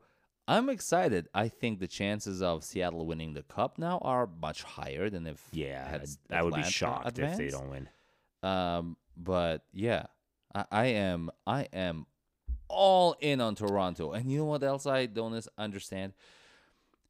A: I'm excited. I think the chances of Seattle winning the cup now are much higher than if
B: Yeah,
A: had
B: I'd- I would be
A: Atlanta
B: shocked if they
A: advanced.
B: don't win.
A: Um, but yeah, I, I am I am all in on Toronto. And you know what else I don't is- understand?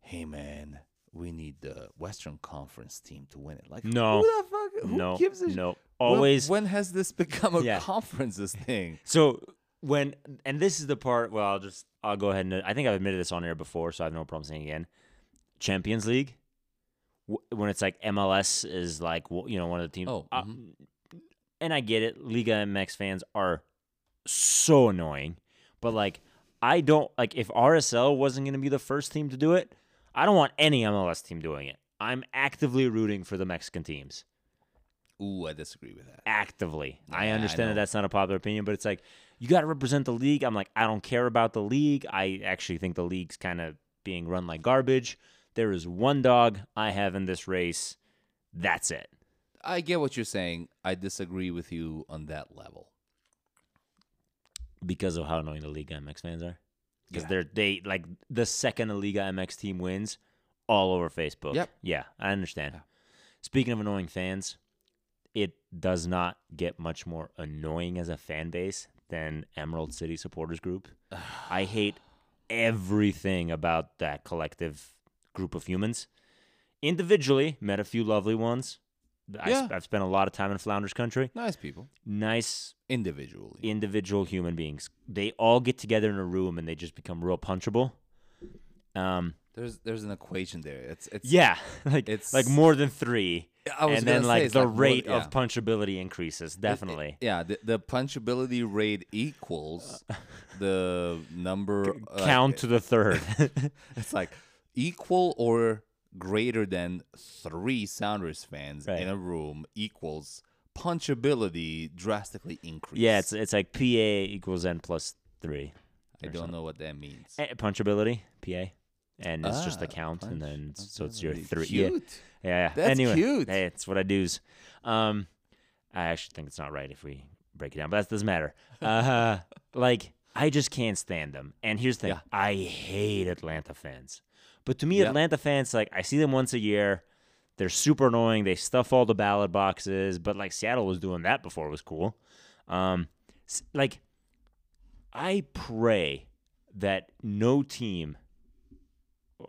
A: Hey man, we need the Western Conference team to win it. Like
B: No.
A: who the fuck? Who
B: no,
A: gives a sh-
B: no,
A: When-
B: always.
A: When, has this become a
B: Yeah.
A: conferences thing?
B: so when and this is the part. Well, I'll just I'll go ahead and I think I've admitted this on air before, so I have no problem saying it again. Champions League, wh- when it's like MLS is like wh- you know one of the teams.
A: Oh,
B: uh, and I get it. Liga MX fans are so annoying, but like I don't like if RSL wasn't going to be the first team to do it. I don't want any MLS team doing it. I'm actively rooting for the Mexican teams.
A: Ooh, I disagree with that.
B: actively. I
A: Yeah, I
B: understand that
A: know.
B: that's not a popular opinion, but it's like you got to represent the league. I'm like, I don't care about the league. I actually think the league's kind of being run like garbage. There is one dog I have in this race. That's it.
A: I get what you're saying. I disagree with you on that level.
B: Because of how annoying the Liga MX fans are. Because
A: Yeah.
B: they're they like the second a Liga MX team wins, all over Facebook.
A: Yep.
B: Yeah, I understand.
A: Yeah.
B: Speaking of annoying fans, it does not get much more annoying as a fan base than Emerald City supporters group. I hate everything about that collective group of humans. Individually, met a few lovely ones. I,
A: Yeah.
B: have spent a lot of time in Flounders Country.
A: Nice people,
B: Nice
A: individually.
B: individual human beings. They all get together in a room and they just become real punchable. Um,
A: There's there's an equation there. It's it's
B: yeah, like
A: it's-
B: like more than three,
A: I was
B: and then
A: gonna say,
B: like
A: it's
B: the
A: more-
B: rate
A: yeah.
B: of punchability increases definitely.
A: Yeah, the, the punchability rate equals the number like,
B: Count to the third.
A: It's like equal or greater than three Sounders fans
B: Right.
A: in a room equals punchability drastically increase.
B: yeah, it's it's like PA equals n plus three.
A: I don't know what that means.
B: Eh, punchability, PA, and it's just the
A: Ah,
B: count, and then s- so it's your
A: punchability.
B: three. Yeah,
A: Cute.
B: yeah. yeah.
A: That's
B: anyway,
A: cute.
B: Hey, it's what I do's. Um, I actually think it's not right if we break it down, but that doesn't matter. Uh, like I just can't stand them. And here's the thing:
A: Yeah.
B: I hate Atlanta fans. But to me,
A: Yep.
B: Atlanta fans, like I see them once a year. They're super annoying. They stuff all the ballot boxes. But like Seattle was doing that before it was cool. Um, s- like I pray that no team,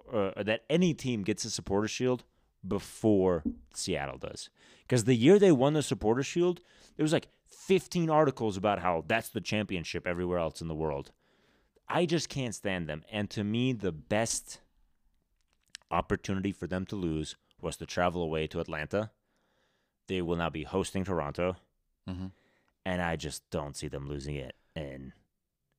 B: uh, that any team gets a supporter shield before Seattle does. Because the year they won the supporter shield, there was like 15 articles about how that's the championship everywhere else in the world. I just can't stand them. And to me, the best opportunity for them to lose was to travel away to Atlanta. They will now be hosting Toronto,
A: Mhm.
B: and I just don't see them losing it in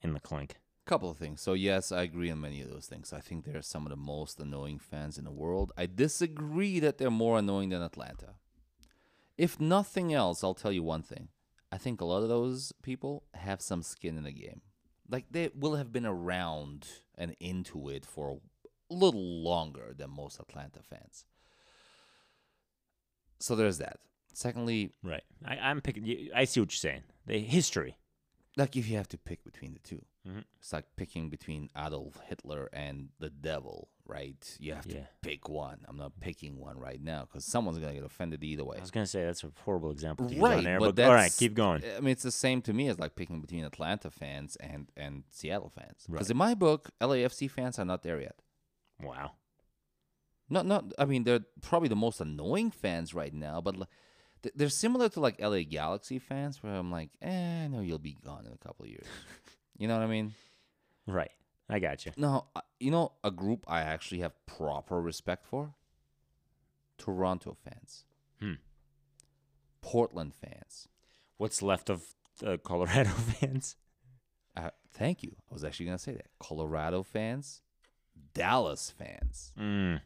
B: in the clink.
A: Couple of things. So yes, I agree on many of those things. I think they're some of the most annoying fans in the world. I disagree that they're more annoying than Atlanta. If nothing else, I'll tell you one thing. I think a lot of those people have some skin in the game. Like they will have been around and into it for a little longer than most Atlanta fans. So there's that. Secondly,
B: Right. I, I'm picking. you- I see what you're saying. The history.
A: like if you have to pick between the 2
B: Mhm.
A: it's like picking between Adolf Hitler and the devil, right? You have
B: Yeah.
A: to pick one. I'm not picking one right now because someone's gonna get offended either way.
B: I was gonna say that's a horrible example to use
A: Right,
B: on air,
A: but
B: but, all right,
A: that's-
B: keep going.
A: I mean, it's the same to me as like picking between Atlanta fans and and Seattle fans. Because
B: Right.
A: in my book, LAFC fans are not there yet.
B: Wow.
A: Not not. I mean, they're probably the most annoying fans right now, but. Like, th- they're similar to like LA Galaxy fans, where I'm like, eh, I know you'll be gone in a couple of years. you know what I mean?
B: Right. I got you.
A: No, uh, you know a group I actually have proper respect for. Toronto fans,
B: Hmm.
A: Portland fans.
B: What's left of the Colorado fans?
A: Uh, thank you. I was actually gonna say that. Colorado fans, Dallas fans,
B: Mm.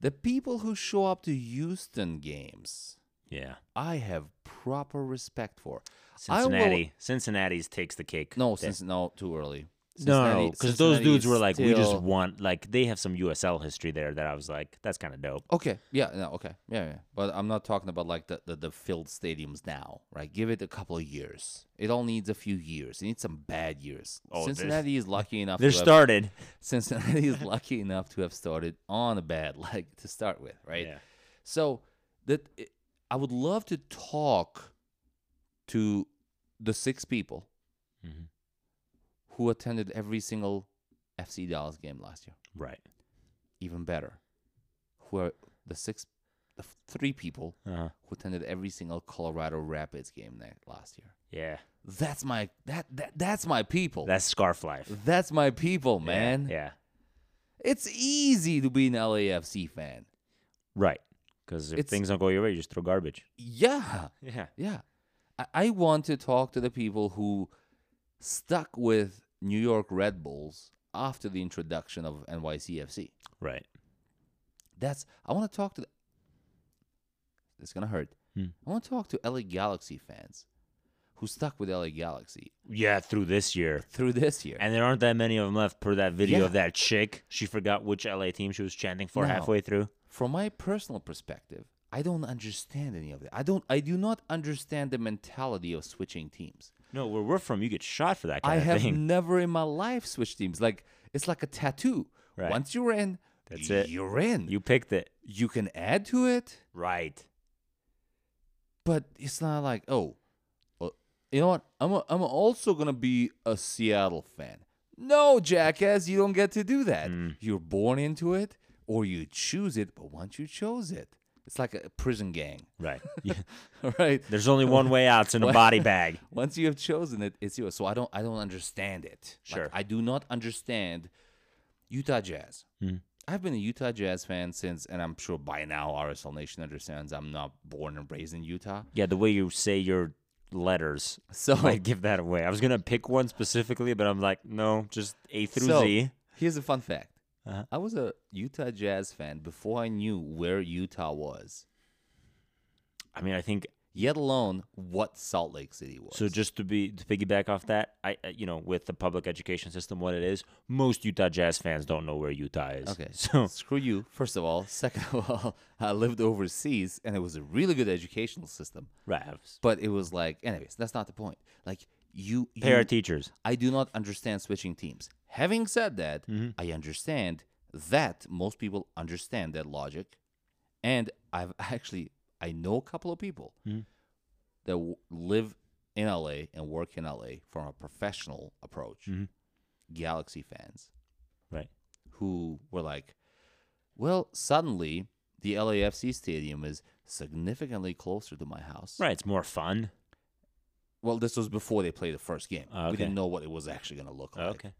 A: the people who show up to Houston games.
B: Yeah.
A: I have proper respect for. I will-
B: Cincinnati. Cincinnati's takes the cake.
A: no,
B: there.
A: since no, too early.
B: no,
A: Cincinnati-
B: because those
A: Cincinnati
B: dudes
A: is
B: were like, we just
A: still-
B: want like they have some USL history there that I was like, that's kind of dope.
A: Okay. Yeah. No. Okay. Yeah. Yeah. But I'm not talking about like the, the the filled stadiums now, right? Give it a couple of years. It all needs a few years. It needs some bad years.
B: Oh, this-
A: Cincinnati is lucky enough.
B: They're
A: to have-
B: started.
A: Cincinnati is lucky enough to have started on a bad leg to start with, right?
B: Yeah.
A: So that it, I would love to talk to the six people
B: Mhm.
A: who attended every single FC Dallas game last year.
B: Right.
A: Even better, who are the six, the f- three people
B: Uh-huh.
A: who attended every single Colorado Rapids game that last year.
B: Yeah.
A: That's my that, that that's my people.
B: That's scarf life.
A: that's my people,
B: Yeah,
A: man.
B: Yeah.
A: It's easy to be an LAFC fan.
B: Right. Because if
A: It's-
B: things don't go your way, you just throw garbage.
A: Yeah.
B: Yeah.
A: Yeah. I, I want to talk to the people who stuck with New York Red Bulls after the introduction of NYCFC.
B: Right.
A: That's I want to talk to. The, it's gonna hurt.
B: Hmm.
A: I want to talk to LA Galaxy fans who stuck with LA Galaxy
B: Yeah, through this year.
A: through this year.
B: And there aren't that many of them left per that video
A: Yeah.
B: of that chick. She forgot which LA team she was chanting for
A: No.
B: halfway through.
A: From my personal perspective, I don't understand any of that. I don't. I do not understand the mentality of switching teams.
B: No, where we're from, you get shot for that kind
A: I
B: of
A: have
B: thing.
A: never in my life switched teams. Like it's like a tattoo.
B: Right.
A: Once you're in,
B: That's it.
A: You're in. You
B: You picked it.
A: you can add to it,
B: Right.
A: but it's not like oh, well, you know what? I'm a, I'm also gonna be a Seattle fan. No, jackass, you don't get to do that.
B: Mm.
A: You're born into it, or you choose it. But once you chose it, it's like a prison gang,
B: Right. Yeah.
A: right?
B: There's only one way out. It's in a
A: What?
B: body bag.
A: once you have chosen it, it's yours. So I don't I don't understand it. Like,
B: Sure.
A: I do not understand Utah Jazz.
B: Mm.
A: I've been a Utah Jazz fan since, and I'm sure by now RSL Nation understands I'm not born and raised in Utah.
B: Yeah, the way you say your letters
A: So,
B: might give that away. I was gonna pick one specifically, but I'm like, no, just A through
A: so
B: Z.
A: here's a fun fact.
B: Uh-huh.
A: I was a Utah Jazz fan before I knew where Utah was,
B: I mean, I think
A: yet alone what Salt Lake City was.
B: So just to be to piggyback off that, I I- you know with the public education system what it is, most Utah Jazz fans don't know where Utah is.
A: Okay.
B: so
A: Screw you, first of all. Second of all, I lived overseas and it was a really good educational system.
B: Ravs,
A: but it was like anyways that's not the point like you, you
B: pair of teachers.
A: i do not understand switching teams having said that
B: Mm-hmm.
A: i understand that most people understand that logic and i've actually i know a couple of people
B: Mm-hmm.
A: that w- live in la and work in la from a professional approach
B: Mm-hmm.
A: galaxy fans
B: Right.
A: who were like, well, suddenly the LAFC stadium is significantly closer to my house.
B: Right. It's more fun.
A: Well, this was before they played the first game.
B: Ah,
A: We
B: okay.
A: didn't know what it was actually going to look like.
B: Oh, Okay.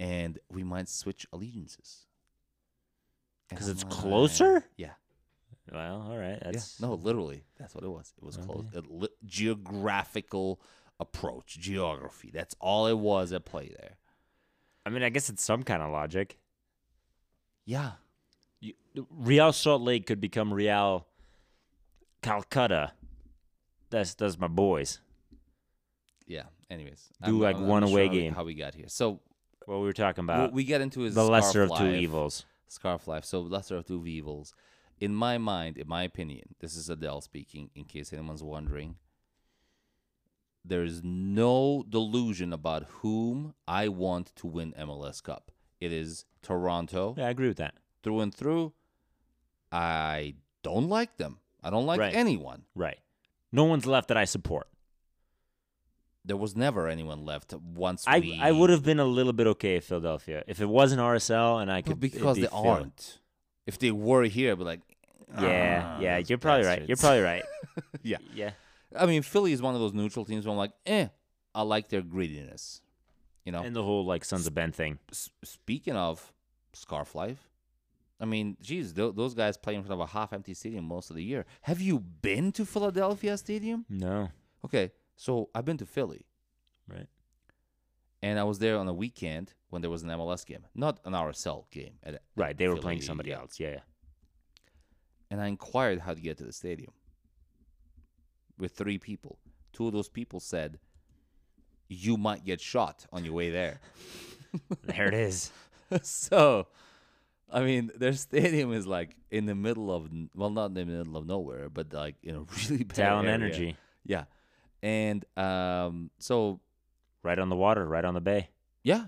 A: And we might switch allegiances. And
B: 'Cause
A: I'm
B: it's closer?
A: Yeah.
B: Well, all right.
A: Yeah.
B: That's
A: No, literally, that's what it was. It was close. It li- geographical approach, geography. That's all it was at play there.
B: I mean, I guess it's some kind of logic.
A: Yeah.
B: You, Real Salt Lake could become Real Calcutta. That's that's my boys.
A: Yeah. Anyways,
B: Do, like, one
A: not
B: away
A: how we-
B: game.
A: How we got here? So
B: What we were talking
A: what
B: about.
A: we get into is
B: the lesser
A: Scarf
B: of two
A: Life.
B: evils.
A: Scarf Life. So lesser of two evils. In my mind, in my opinion, this is Adele speaking. In case anyone's wondering, there is no delusion about whom I want to win MLS Cup. It is Toronto
B: Yeah, I agree with that.
A: through and through. I don't like them. I don't like
B: Right.
A: anyone.
B: Right. No one's left that I support.
A: There was never anyone left once
B: I,
A: we.
B: I would have been a little bit okay at Philadelphia if it wasn't RSL and I
A: But
B: could
A: because they
B: it'd be Phil.
A: aren't. If they were here, I'd be like,
B: Yeah,
A: "Ah,
B: yeah,
A: those
B: you're probably right. You're
A: bastards."
B: probably right.
A: Yeah.
B: yeah,
A: I mean, Philly is one of those neutral teams where I'm like, eh, I like their grittiness. You know,
B: and the whole like Sons of Ben thing.
A: S- speaking of Scarf Life, I mean, geez, tho- those guys play in front of a half empty stadium most of the year. Have you been to Philadelphia Stadium?
B: No,
A: Okay, so I've been to Philly,
B: right?
A: and I was there on a weekend when there was an MLS game, not an RSL game. At, at
B: Right, they were playing
A: Philly,
B: somebody
A: yeah.
B: else. Yeah, yeah.
A: And I inquired how to get to the stadium with three people. Two of those people said, You might get shot on your way there.
B: there it is.
A: so I mean, their stadium is like in the middle of n- well, not in the middle of nowhere, but like in a really bad
B: Talent
A: area.
B: energy,
A: Yeah, and um, so
B: right on the water, right on the bay.
A: yeah,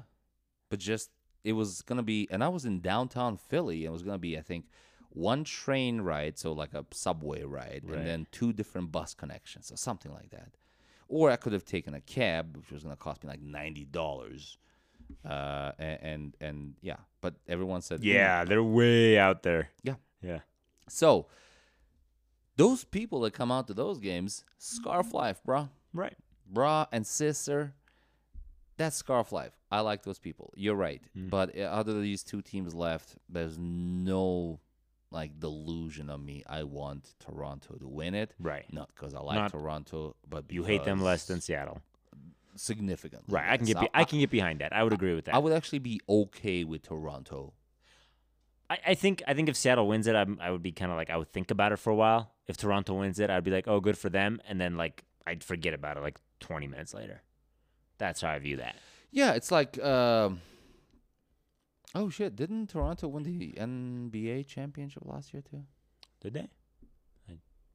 A: but just it was gonna be, and I was in downtown Philly, and it was gonna be, I think, one train ride, so like a subway ride,
B: Right.
A: and then two different bus connections, or something like that. Or I could have taken a cab, which was gonna cost me like ninety dollars. Uh, a- and, and yeah, but everyone said "Mm,
B: they're way out there.
A: Yeah.
B: Yeah.
A: So those people that come out to those games, scarf life, bruh.
B: Right.
A: Bra and sister, that's scarf life. I like those people. You're right.
B: Mm.
A: But uh, other than these two teams left, there's no like delusion on me. I want Toronto to win it.
B: Right.
A: Not because I like
B: Not-
A: Toronto, but because
B: You hate them less than Seattle.
A: significantly.
B: Right. I can
A: less.
B: get be- I can get behind that. I would agree with that.
A: I would actually be okay with Toronto.
B: I, I think I think if Seattle wins it, I'm, I would be kind of like I would think about it for a while. If Toronto wins it, I'd be like, oh, good for them, and then like I'd forget about it like 20 minutes later. That's how I view that.
A: Yeah, it's like um Oh shit, didn't Toronto win the NBA championship last year too?
B: Did they?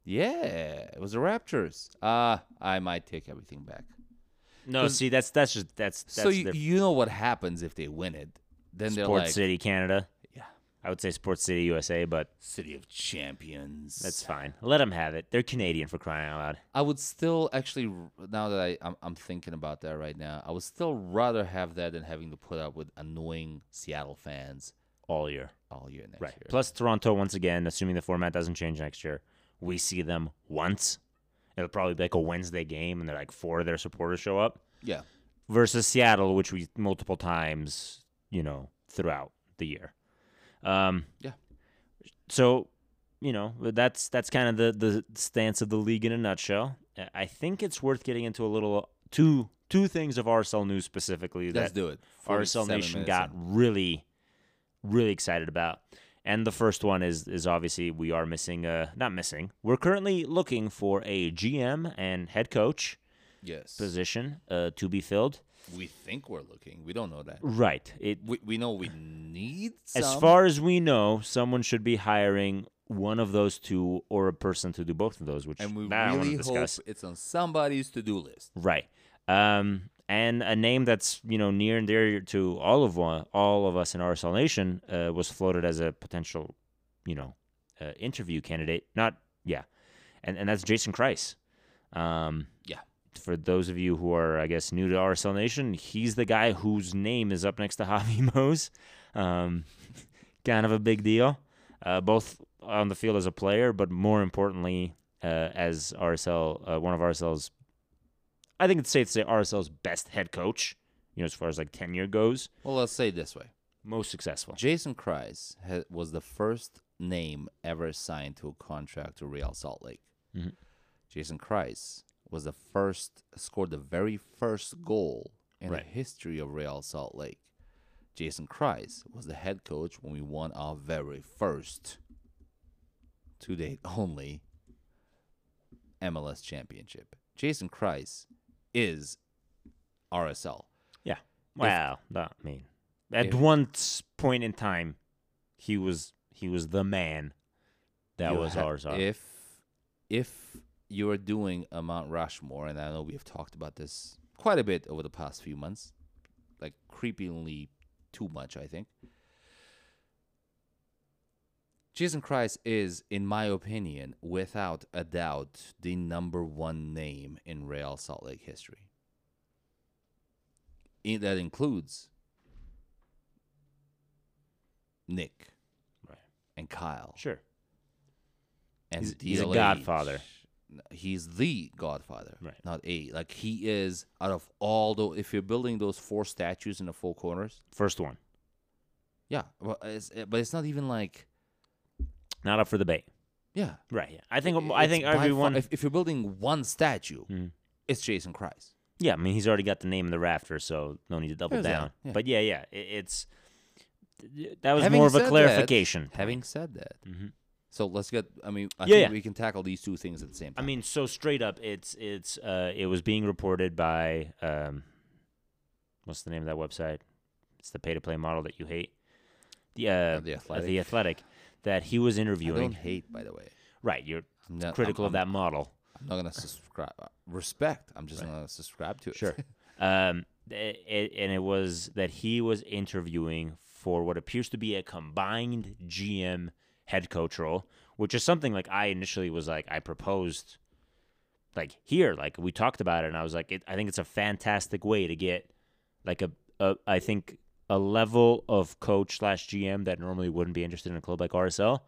A: Yeah, it was the Raptors. Uh I might take everything back.
B: No, see, that's that's just that's that's
A: so you,
B: their
A: you know what happens if they win it. Then they're
B: Sports
A: like
B: City Canada.
A: Yeah.
B: I would say Sports City USA, but
A: City of Champions.
B: that's fine. Let them have it. They're Canadian for crying out loud.
A: I would still actually r- now that I I'm, I'm thinking about that right now, I would still rather have that than having to put up with annoying Seattle fans
B: All year.
A: all year next
B: Right.
A: year.
B: Plus Toronto once again, assuming the format doesn't change next year, we see them once. It'll probably be like a Wednesday game and they're like four of their supporters show up
A: yeah.
B: versus Seattle, which we multiple times, you know, throughout the year. Um
A: Yeah.
B: So, you know, that's that's kind of the the stance of the league in a nutshell. I- I think it's worth getting into a little two two things of RSL news specifically
A: Let's
B: that
A: do it.
B: RSL
A: 47
B: Nation
A: minutes
B: got
A: in.
B: really, really excited about. And the first one is is obviously we are missing uh not missing. We're currently looking for a GM and head coach
A: yes.
B: position uh, to be filled.
A: We think we're looking. We don't know that.
B: Right. It
A: We, we know we need some.
B: as far as we know, someone should be hiring one of those two or a person to do both of those, which
A: and we
B: that I don't want
A: really
B: to
A: hope
B: discuss.
A: it's on somebody's to-do list.
B: Right. Um, and a name that's you know near and dear to all of one, all of us in RSL Nation uh, was floated as a potential, you know, uh, interview candidate. Not yeah, and and that's Jason Kreis. Um,
A: Yeah.
B: For those of you who are, I guess, new to RSL Nation, he's the guy whose name is up next to Javi Mose. Um, kind of a big deal, uh, both on the field as a player, but more importantly, uh, as RSL, uh, one of RSL's I think it's safe to say RSL's best head coach, you know, as far as like tenure goes,
A: Well, let's say it this way:
B: most successful.
A: Jason Kreis ha- was the first name ever signed to a contract to Real Salt Lake.
B: Mhm.
A: Jason Kreis was the first scored the very first goal in
B: Right.
A: the history of Real Salt Lake. Jason Kreis was the head coach when we won our very first, to date only, MLS championship. Jason Kreis is RSL.
B: Yeah. Wow. I mean, at
A: If-
B: one s- point in time, he was he was the man. That
A: you
B: was
A: ha-
B: RSL.
A: If if you are doing a Mount Rushmore, and I know we have talked about this quite a bit over the past few months, like creepingly too much, I think. Jason Christ is, in my opinion, without a doubt, the number one name in Real Salt Lake history. In- that includes Nick
B: Right.
A: and Kyle
B: Sure.
A: and
B: He's- he's a
A: DLH.
B: godfather.
A: N- He's the godfather,
B: Right.
A: not a. Like he is out of all the. If you're building those four statues in the four corners,
B: First one.
A: yeah, well, it's, uh, but it's not even like
B: Not up for debate.
A: yeah.
B: Right. Yeah. I think
A: I-
B: I
A: it's
B: think
A: by far-
B: everyone. Mm-hmm.
A: if, if you're building one statue, it's Jason Christ.
B: Yeah, I mean he's already got the name in the rafter, so no need to double
A: There's that,
B: down.
A: yeah.
B: But yeah, yeah, it, it's that was
A: Having
B: more of
A: said
B: a
A: that-
B: clarification.
A: having said that,
B: Mhm.
A: so let's get. I mean, I
B: Yeah,
A: think
B: yeah.
A: we can tackle these two things at the same
B: I
A: time.
B: mean, so straight up, it's it's uh, it was being reported by um, what's the name of that website? It's the pay to play model that you hate. The uh,
A: The
B: uh, the athletic that he was
A: I don't
B: interviewing.
A: hate, by the way.
B: Right, you're
A: I'm not,
B: critical
A: I'm,
B: of that model.
A: that. I'm not gonna subscribe. Respect. I'm just gonna subscribe to it.
B: Sure. um, th- a- and it was that he was interviewing for what appears to be a combined GM head coach role, which is something like I initially was like I proposed, like here, like we talked about it, and I was like, it, I think it's a fantastic way to get like a, a I think a level of coach slash GM that normally wouldn't be interested in a club like RSL,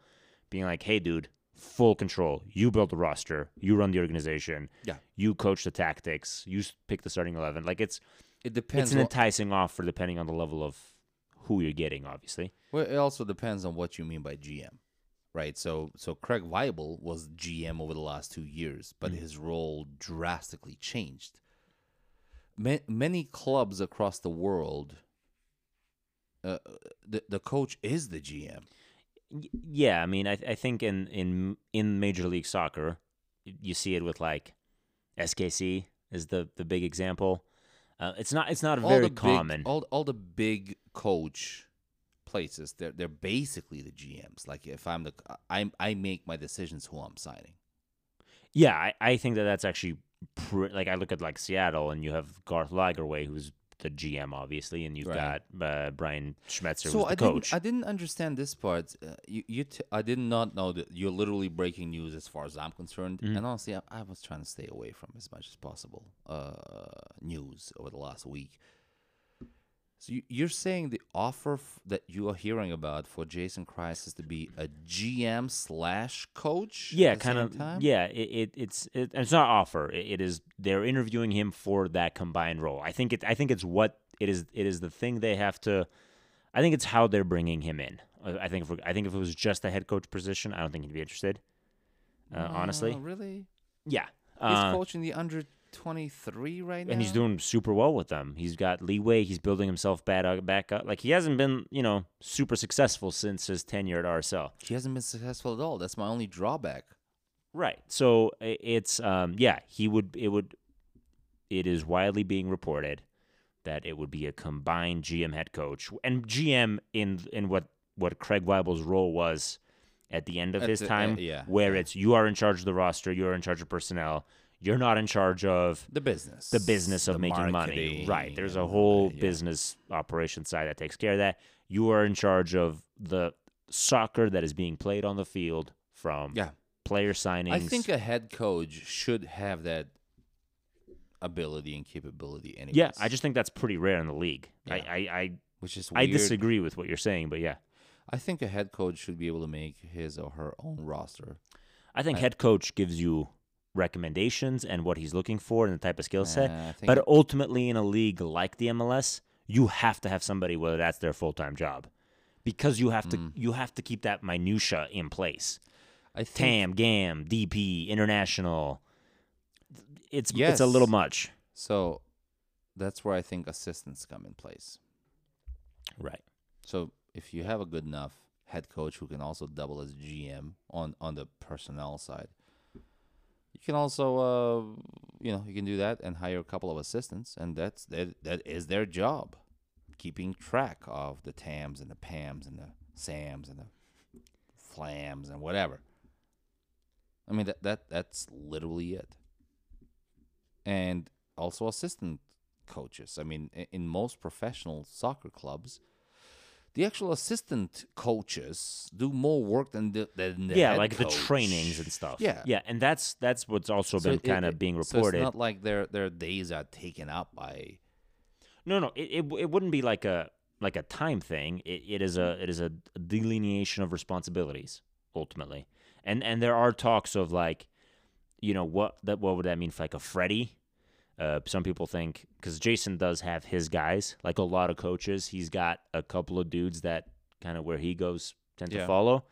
B: being like, hey, dude, full control. You build the roster, you run the organization,
A: Yeah.
B: you coach the tactics, you s- pick the starting eleven. Like it's
A: It depends.
B: it's an
A: on-
B: enticing offer depending on the level of who you're getting, obviously.
A: Well, it also depends on what you mean by GM, right? So, so Craig Weibel was GM over the last two years, but
B: Mm.
A: his role drastically changed. Ma- many clubs across the world, uh, the the coach is the GM.
B: Y- yeah, I mean, I, I think in in in Major League Soccer, y- you see it with like SKC is the the big example. Uh, it's not it's not very
A: the
B: common.
A: Big, all all the big coach places, they're they're basically the GMs. Like if I'm the, I I make my decisions who I'm signing.
B: Yeah, I, I think that that's actually pr- like I look at like Seattle and you have Garth Lagerway who's the GM obviously, and you've
A: Right.
B: got uh, Brian Schmetzer
A: so
B: who's the
A: I
B: coach.
A: Didn't, I didn't understand this part. Uh, you, you t- I did not know that you're literally breaking news as far as I'm concerned.
B: Mm-hmm.
A: And honestly, I, I was trying to stay away from as much as possible uh, news over the last week. So you, you're saying the offer f- that you are hearing about for Jason Christ is to be a GM slash coach? at
B: yeah,
A: the
B: kind
A: same
B: of.
A: time?
B: Yeah, it, it it's it, it's not offer. It, it is they're interviewing him for that combined role. I think it. I think it's what it is. It is the thing they have to. I think it's how they're bringing him in. Uh, I I think if we- I think if it was just a head coach position, I don't think he'd be interested. Uh, honestly,
A: Uh, really?
B: yeah.
A: He's
B: Uh,
A: coaching the under 23 right now?
B: and he's doing super well with them. He's got leeway. He's building himself back back up. Like he hasn't been, you know, super successful since his tenure at RSL.
A: He hasn't been successful at all. That's my only drawback.
B: Right. So i- it's um yeah, he would it would it is widely being reported that it would be a combined GM head coach and GM in in what what Craig Weibel's role was at the end of
A: At
B: his
A: the- uh,
B: time
A: yeah,
B: where
A: yeah.
B: it's you are in charge of the roster, you're in charge of personnel, you're not in charge of
A: the business
B: the business of
A: the
B: making money.
A: marketing,
B: Right. There's a
A: and,
B: whole
A: uh, yeah.
B: business operation side that takes care of that. You are in charge of the soccer that is being played on the field from
A: yeah
B: player signings.
A: i think a head coach should have that ability and capability anyway
B: yeah, I just think that's pretty rare in the league. I,
A: Yeah.
B: I, I,
A: which is weird.
B: I disagree with what you're saying, but yeah,
A: i think a head coach should be able to make his or her own roster
B: I think head coach gives you recommendations and what he's looking for and the type of skill set.
A: Uh, I think
B: but oh,
A: it-
B: ultimately, in a league like the MLS, you have to have somebody where that's their full time job, because you have to
A: Mm.
B: you have to keep that minutia in place.
A: i think
B: Tam, Gam, DP, international. It's it's a
A: Yes.
B: little much.
A: so that's where i think assistants come in place
B: Right.
A: so if you have a good enough head coach who can also double as gm on on the personnel side you can also uh you know you can do that and hire a couple of assistants and that's that that is their job keeping track of the tams and the pams and the sams and the flams and whatever i mean that that that's literally it and also assistant coaches i mean i- in most professional soccer clubs the actual assistant coaches do more work than the than the
B: yeah,
A: head
B: like
A: coach.
B: the trainings and stuff.
A: Yeah.
B: yeah, and that's that's what's also been
A: it-
B: kind
A: it-
B: of being
A: so
B: reported.
A: it's not like their their days are taken up by.
B: No, no, it, it it wouldn't be like a like a time thing. It, it is
A: Mm-hmm.
B: a it is a delineation of responsibilities ultimately, and and there are talks of like, you know what that what would that mean for like a Freddie? Uh, some people think because Jason does have his guys, like a lot of coaches, he's got a couple of dudes that kind of where he goes tend to
A: Yeah.
B: follow.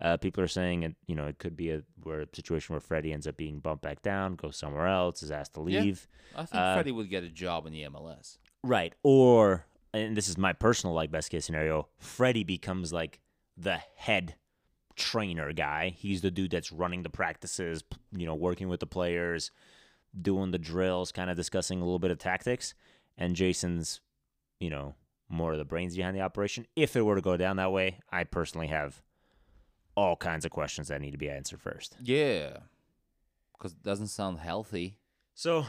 B: Uh, people are saying, and you know, it could be a where a situation where Freddie ends up being bumped back down, goes somewhere else, is asked to
A: Yeah.
B: leave.
A: I think
B: Uh,
A: Freddie would get a job in the MLS.
B: Right. Or and this is my personal like best case scenario, Freddie becomes like the head trainer guy. He's the dude that's running the practices, p- you know, working with the players, doing the drills, kind of discussing a little bit of tactics, and Jason's, you know, more of the brains behind the operation. If it were to go down that way, I personally have all kinds of questions that need to be answered first.
A: Yeah, because it doesn't sound healthy.
B: So,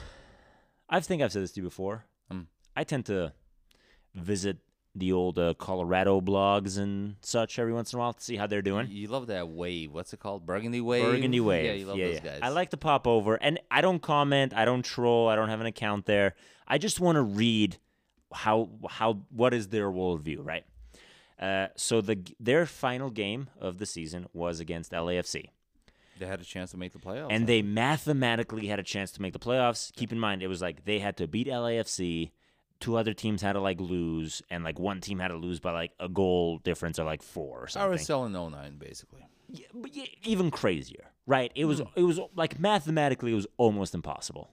B: I think I've said this to you before.
A: Mm.
B: I tend to visit the old uh, Colorado blogs and such every once in a while to see how they're doing.
A: You love that wave. What's it called? Burgundy wave.
B: Burgundy Wave.
A: Yeah, you love those guys.
B: I like to pop over, and I don't comment, I don't troll, I don't have an account there. I just want to read how how what is their worldview, right? Uh, so the g- their final game of the season was against LAFC,
A: They had a chance to make the playoffs.
B: and they mathematically had a chance to make the playoffs. Keep in mind, it was like they had to beat LAFC. Two other teams had to like lose, and like one team had to lose by like a goal difference or like four or something.
A: are selling 09, basically.
B: Yeah, but yeah, even crazier, right? It was it was like mathematically it was almost impossible.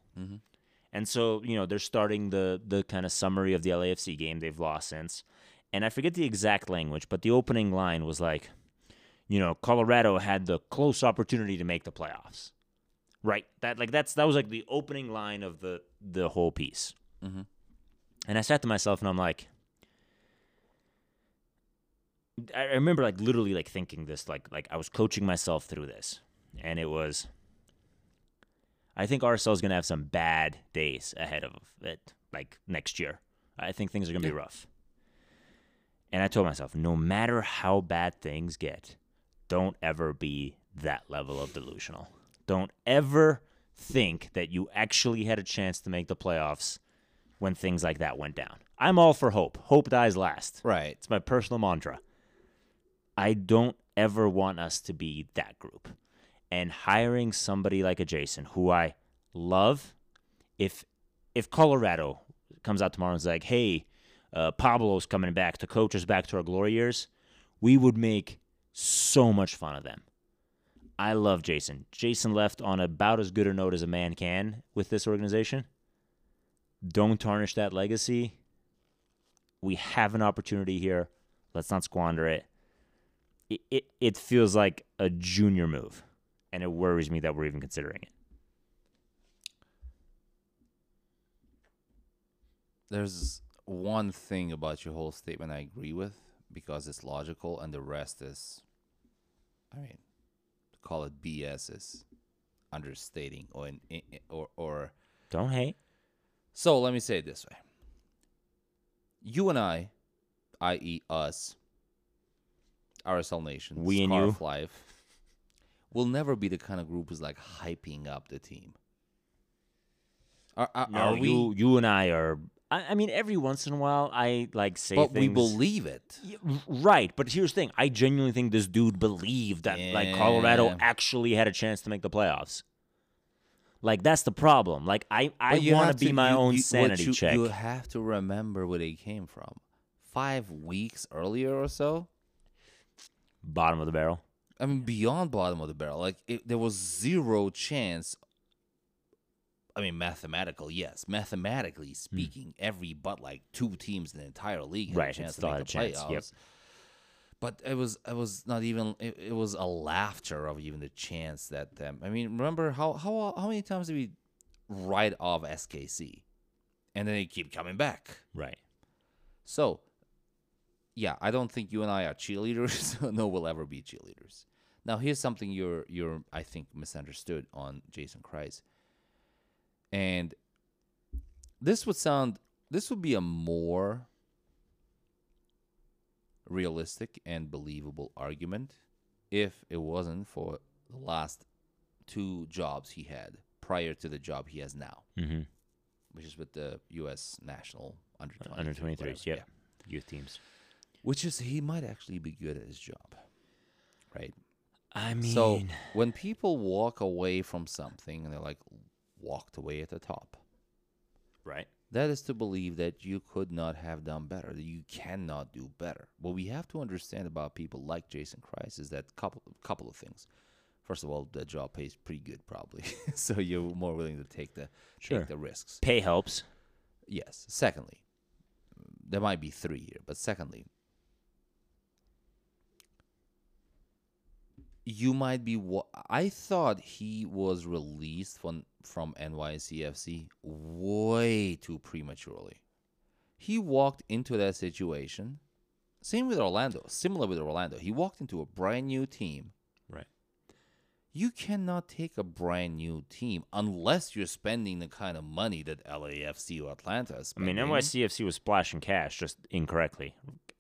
B: And so you know they're starting the the kind of summary of the LAFC game they've lost since, and I forget the exact language, but the opening line was like, you know, Colorado had the close opportunity to make the playoffs, right? That like that's that was like the opening line of the the whole piece.
A: Mhm.
B: And I sat to myself and I'm like, I I remember like literally like thinking this like like I was coaching myself through this, and it was. I think RSL is going to have some bad days ahead of it, like next year. I think things are going to be rough. And I told myself, no matter how bad things get, don't ever be that level of delusional. Don't ever think that you actually had a chance to make the playoffs when things like that went down. I'm all for hope. Hope dies last.
A: Right.
B: It's my personal mantra. I don't ever want us to be that group. And hiring somebody like a Jason, who I love, if if Colorado comes out tomorrow and is like, "Hey, uh, Pablo's coming back to coach us back to our glory years," we would make so much fun of them. I love Jason. Jason left on about as good a note as a man can with this organization. Don't tarnish that legacy we have an opportunity here. Let's not squander it. It, it, it feels like a junior move, and it worries me that we're even considering it.
A: There's one thing about your whole statement I agree with because it's logical, and the rest is, I mean, to call it BS is understating or in, in, or or.
B: Don't hate.
A: So let me say it this way. You and I, i.e., us, RSL Nation,
B: We and you.
A: Scarf Life, will never be the kind of group who's like hyping up the team. Are, are, are we?
B: you, you and I are. I, I mean, every once in a while, I like say
A: but we
B: things.
A: believe it.
B: Yeah, r- Right, but here's the thing. I genuinely think this dude believed that like
A: Yeah.
B: Colorado actually had a chance to make the playoffs. Like that's the problem. Like I, I
A: But you
B: want
A: have
B: to be my
A: you-
B: own
A: you- what
B: sanity
A: you,
B: check.
A: You have to remember where they came from. Five weeks earlier or so.
B: Bottom of the barrel.
A: I mean, beyond bottom of the barrel. Like it, there was zero chance. I mean, mathematical, yes,
B: Hmm.
A: mathematically speaking, every but like two teams in the entire league had a
B: Right,
A: chance to
B: still
A: make
B: had a
A: the
B: chance,
A: playoffs.
B: yep.
A: But it was it was not even it, it was a laughter of even the chance that them. I mean, remember how how how many times did we write off SKC, and then they keep coming back.
B: Right.
A: So, yeah, I don't think you and I are cheerleaders. no, we'll ever be cheerleaders. Now, here's something you're you're I think misunderstood on Jason Kreis. And this would sound this would be a more realistic and believable argument if it wasn't for the last two jobs he had prior to the job he has now,
B: Mm-hmm.
A: which is with the US national under 23.
B: under 23s
A: whatever,
B: yep youth teams
A: which is he might actually be good at his job right
B: i
A: so when people walk away from something and they're like walked away at the top
B: right
A: that is to believe that you could not have done better that you cannot do better what we have to understand about people like jason christ is that couple couple of things first of all the job pays pretty good probably so you're more willing to take the
B: Sure.
A: take the risks
B: pay helps
A: Yes. Secondly, there might be three here, but secondly, you might be. Wa- I thought he was released from from NYCFC way too prematurely. He walked into that situation. Same with Orlando. Similar with Orlando. He walked into a brand new team
B: right
A: you cannot take a brand new team unless you're spending the kind of money that LAFC or Atlanta is
B: i mean
A: spending.
B: nycfc was splashing cash just incorrectly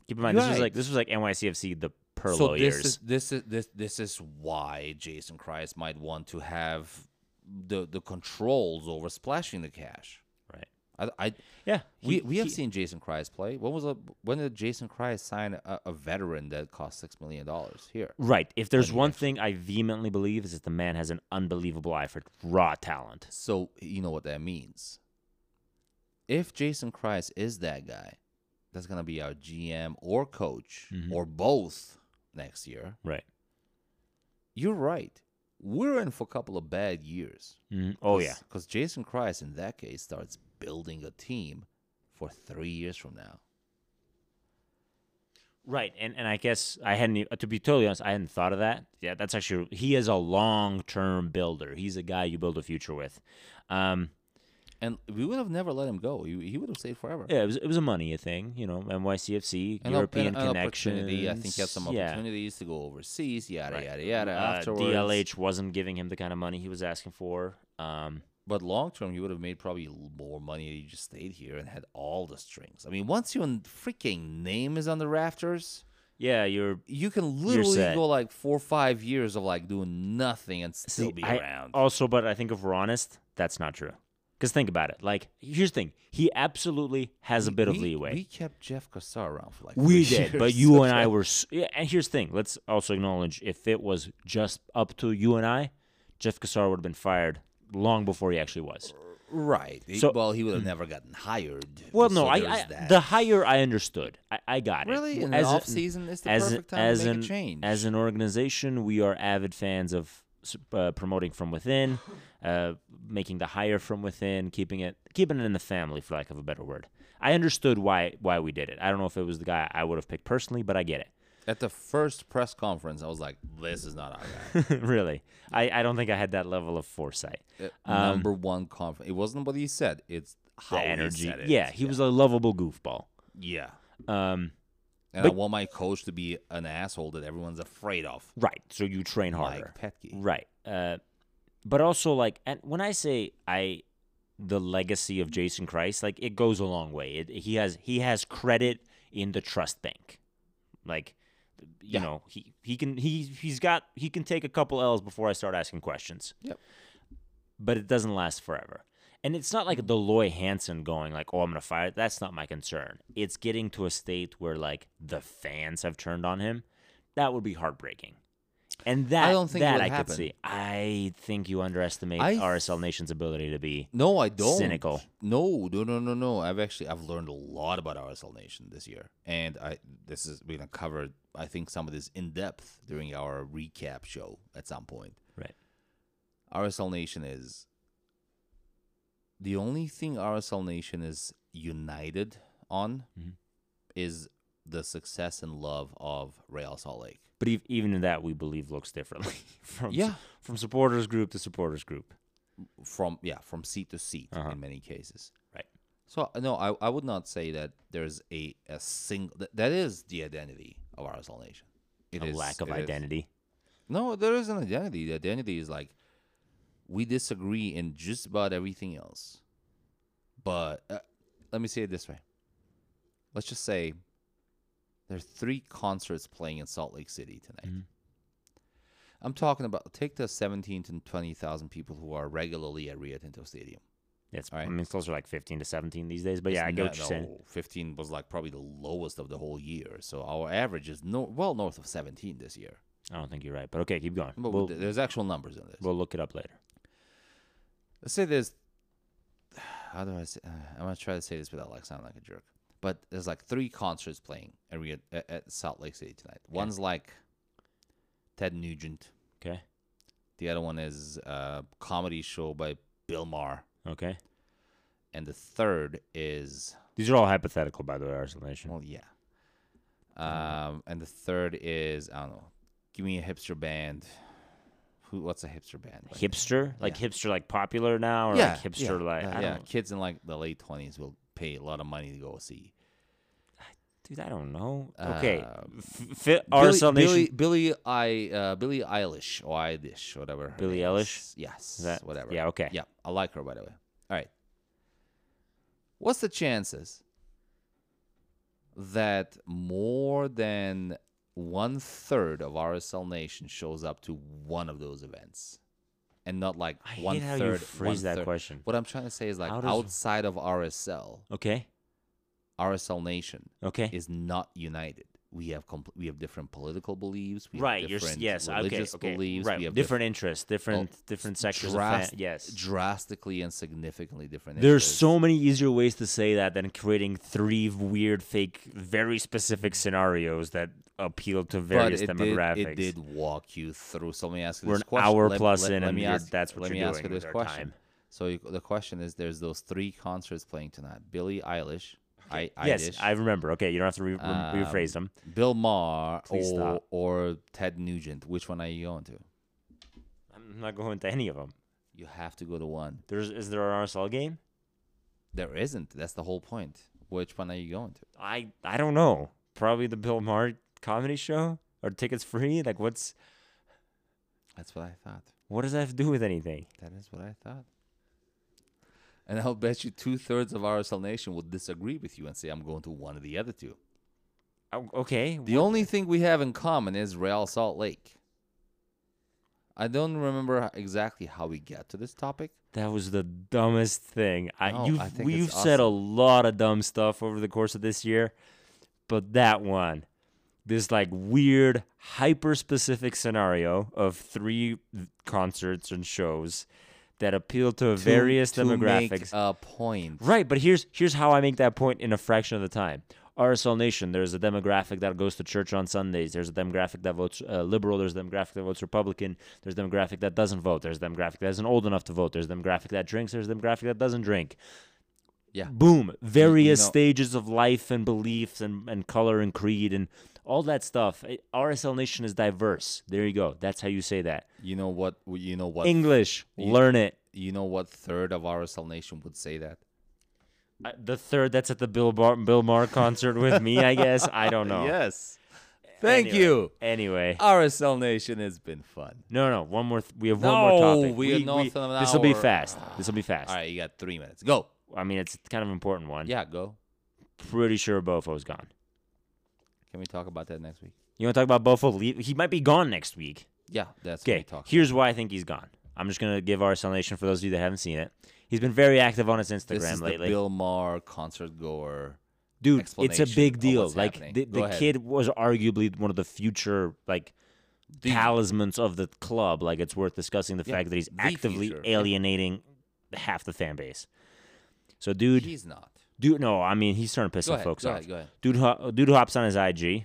B: keep in mind this was
A: Right.
B: like this was like nycfc the Perlo
A: So this
B: years
A: is this is this this is why Jason Christ might want to have the the controls over splashing the cash.
B: right
A: I I, I
B: Yeah,
A: we,
B: he-
A: we have
B: he-
A: seen Jason Kreis play. When was a, when did Jason Kreis sign a, a veteran that cost six million dollars here?
B: Right. If there's
A: he
B: one thing I vehemently believe is that the man has an unbelievable eye for raw talent.
A: So you know what that means. If Jason Kreis is that guy, that's gonna be our GM or coach
B: Mm-hmm.
A: or both next year.
B: Right.
A: You're right. We're in for a couple of bad years.
B: Mhm. Oh yeah.
A: because Jason Kreis in that case starts building a team for three years from now.
B: Right. And and I guess I hadn't e- to be totally honest, I hadn't thought of that. Yeah, that's actually he is a long-term builder. He's a guy you build a future with. Um
A: And we would have never let him go. He, he would have stayed forever.
B: yeah, it was it was a money thing, you know, NYCFC,
A: An op-
B: European
A: an- an
B: connection.
A: opportunity. I think he had some opportunities to go overseas, yada,
B: Right.
A: yada, yada,
B: Uh,
A: afterwards.
B: DLH wasn't giving him the kind of money he was asking for. Um
A: But long term, he would have made probably l- more money if he just stayed here and had all the strings. I mean, once your freaking name is on the rafters,
B: yeah, you're
A: you can literally
B: set.
A: go like four or five years of like doing nothing and still
B: See,
A: be
B: I-
A: around.
B: Also, but I think if we're honest, that's not true. Because think about it. Like, here's the thing. He absolutely has a bit
A: We-
B: of leeway.
A: We kept Jeff Kassar around for like
B: We
A: three
B: did, but
A: years.
B: you and I were. s- Yeah, and here's the thing. Let's also acknowledge if it was just up to you and I, Jeff Kassar would have been fired long before he actually was.
A: Right. He-
B: So-
A: well, he would have never gotten hired.
B: Well, no,
A: so
B: I,
A: there's
B: I
A: that.
B: the higher I understood, I, I got it.
A: really in
B: As
A: the
B: a-
A: off season is the
B: as
A: perfect time
B: as
A: to make
B: an
A: a change.
B: as an organization, we are avid fans of s- uh, promoting from within, uh, making the hire from within, keeping it keeping it in the family, for lack of a better word. I understood why why we did it. I don't know if it was the guy I would have picked personally, but I get
A: At the first press conference, I was like, "This is not our guy."
B: it. really, I, I don't think I had that level of foresight.
A: Uh, Number one conference. It wasn't what he said. It's how
B: Um, The
A: he
B: energy,
A: said it.
B: yeah, he was a lovable goofball.
A: yeah.
B: Um,
A: And I want my coach to be an asshole that everyone's afraid of,
B: right. So you train harder.
A: like Petke.
B: Right. Uh, but also like and when I say I the legacy of Jason Christ, like it goes a long way. It, he has he has credit in the trust bank. Like you
A: Yeah.
B: know, he he can he he's got he can take a couple L's before I start asking questions.
A: Yep.
B: But it doesn't last forever. And it's not
A: Hmm.
B: like the Loy Hansen going like, "Oh, I'm gonna fire." That's not my concern. It's getting to a state where like the fans have turned on him. That would be heartbreaking. And that
A: don't think it
B: that
A: would
B: I
A: happen.
B: could see. I think you underestimate
A: I
B: RSL Nation's ability to be.
A: No, I don't.
B: Cynical.
A: No, no, no, no, no. I've actually I've learned a lot about RSL Nation this year, and I this is we're gonna cover I think some of this in depth during our recap show at some point.
B: Right.
A: RSL Nation is the only thing RSL Nation is united on
B: Mhm.
A: is the success and love of Real Salt Lake.
B: But ev- even in that, we believe looks differently from s-
A: Yeah.
B: from supporters group to supporters group.
A: from yeah from seat to seat
B: Uh-huh.
A: in many cases
B: Right.
A: so uh, no i, I would not say that there's a, a single th- that is the identity of RSL nation It
B: a
A: is-
B: lack of
A: it is.
B: identity.
A: no there is an identity the identity is like we disagree in just about everything else but uh, let me say it this way let's just say there are three concerts playing in salt lake city tonight
B: Mm-hmm.
A: i'm talking about take the 17 to 20000 people who are regularly at rio tinto stadium
B: It's
A: All right.
B: I mean, it's closer to like fifteen to seventeen these days. But
A: It's
B: yeah, I get what
A: not-
B: you're saying.
A: no, 15 was like probably the lowest of the whole year. So our average is no, well north of 17 this year.
B: I don't think you're right. But okay, keep going.
A: But
B: we'll,
A: th- there's actual numbers in this.
B: we'll look it up later.
A: Let's say there's. How do I say? Uh, I'm going to try to say this without like sounding like a jerk. But there's like three concerts playing at, Rio, at, at Salt Lake City tonight. One's like Ted Nugent.
B: Okay.
A: The other one is a comedy show by Bill Maher.
B: Okay.
A: And the third is
B: These are all hypothetical, by the way, RSL Nation.
A: Well, yeah. Um, and the third is I don't know. Give me a hipster band. Who? What's a hipster band? Like-
B: Hipster, like hipster, like popular now, or like hipster,
A: yeah,
B: like
A: uh,
B: I
A: yeah.
B: don't,
A: Kids in like the late twenties will pay a lot of money to go see.
B: dude, I don't know. Okay,
A: Uh,
B: F- fit
A: Billy,
B: RSL Um, Nation.
A: Billy, Billy, I, uh, Billy Eilish or Eilish, whatever. her
B: Billie
A: name
B: Eilish?
A: is. Yes.
B: Is that-
A: whatever.
B: yeah, okay.
A: Yeah, I like her by the way. All right. What's the chances that more than one third of RSL Nation shows up to one of those events? and not like
B: I hate
A: one
B: how
A: third.
B: you phrase that
A: one-third.
B: question.
A: What I'm trying to say is like
B: How does-
A: outside of RSL,
B: Okay.
A: RSL Nation
B: Okay.
A: is not united. We have compl- we have different political beliefs. We have
B: right. You're s-
A: different
B: yes. Okay.
A: religious
B: Okay.
A: Beliefs.
B: right.
A: We have Oh,
B: Different, interests. Different. different sectors. of
A: dras-
B: fan, yes.
A: drastically and significantly different.
B: There's
A: interests.
B: so many easier ways to say that than creating three weird, fake, very specific scenarios that appeal to various
A: but it
B: demographics.
A: Did, it did walk you through. So let me ask you
B: We're
A: this
B: an
A: question.
B: hour
A: Let-
B: plus
A: let-
B: in
A: let
B: and
A: me
B: you're-
A: ask-
B: that's what
A: let
B: you're
A: me ask
B: doing
A: you
B: with
A: this
B: our
A: question.
B: time.
A: So you, the question is: There's those three concerts playing tonight. Billie Eilish, I,
B: yes,
A: Eilish,
B: I remember. Okay, you don't have to re- re- rephrase them.
A: Bill Maher,
B: Please
A: or,
B: stop.
A: or Ted Nugent. Which one are you going to?
B: I'm not going to any of them.
A: You have to go to one.
B: There's is there an RSL game?
A: There isn't. That's the whole point. Which one are you going to?
B: I I don't know. Probably the Bill Maher comedy show. Are tickets free? Like what's
A: That's what I thought.
B: what does that have to do with anything?
A: That is what I thought. And I'll bet you two thirds of RSL Nation will disagree with you and say, I'm going to one of the other two.
B: Oh, Okay,
A: The only thing we have in common is Real Salt Lake. I don't remember h- exactly how we got to this topic.
B: that was the dumbest thing. I
A: No,
B: you've
A: I think
B: we've
A: it's
B: said a lot of dumb stuff over the course of this year, but that one, this like weird hyper specific scenario of three concerts and shows that appeal to
A: To-
B: various
A: to
B: demographics.
A: Make a point.
B: Right, but here's here's how I make that point in a fraction of the time. RSL Nation, there's a demographic that goes to church on Sundays. There's a demographic that votes uh, liberal. There's a demographic that votes Republican. There's a demographic that doesn't vote. There's a demographic that isn't old enough to vote. There's a demographic that drinks. There's a demographic that doesn't drink.
A: Yeah.
B: Boom. Various
A: know-
B: stages of life and beliefs and, and color and creed and all that stuff. It- RSL Nation is diverse. There you go. That's how you say that.
A: You know what? You know what?
B: English, learn it.
A: You know what? Third of RSL Nation would say that.
B: I- the third that's at the Bill Bar- Bill Maher concert with me, I guess. I
A: Oh,
B: don't know.
A: Yes. Thank
B: Anyway-
A: you.
B: Anyway,
A: RSL Nation has been fun.
B: no, no, one more. Th- we have one more
A: No,
B: topic.
A: we are north of an
B: This will be
A: hour.
B: fast. This will be fast.
A: All right, you got three minutes. Go.
B: I mean, it's kind of an important one.
A: Yeah, go.
B: Pretty sure Bofo's gone.
A: Can we talk about that next week?
B: You want to talk about Bofo? Leave? He might be gone next week.
A: Yeah, that's what we
B: Okay.
A: talk.
B: Here's why I think he's gone. I'm just gonna give our explanation for those of you that haven't seen it. He's been very active on his Instagram
A: this is
B: lately.
A: the Bill Maher concert goer.
B: Dude, it's a
A: explanation
B: big
A: of
B: deal.
A: what's
B: Like
A: happening.
B: the,
A: Go
B: the
A: ahead.
B: kid was arguably one of the future like
A: The-
B: talismans of the club. Like it's worth discussing the
A: Yeah,
B: fact that he's
A: the
B: actively
A: future, yeah.
B: alienating half the fan base. So dude,
A: He's not.
B: dude, no, I mean he's starting to piss
A: Go
B: some
A: ahead,
B: folks
A: go
B: off.
A: ahead. Go ahead.
B: Dude, ho- dude hops on his IG.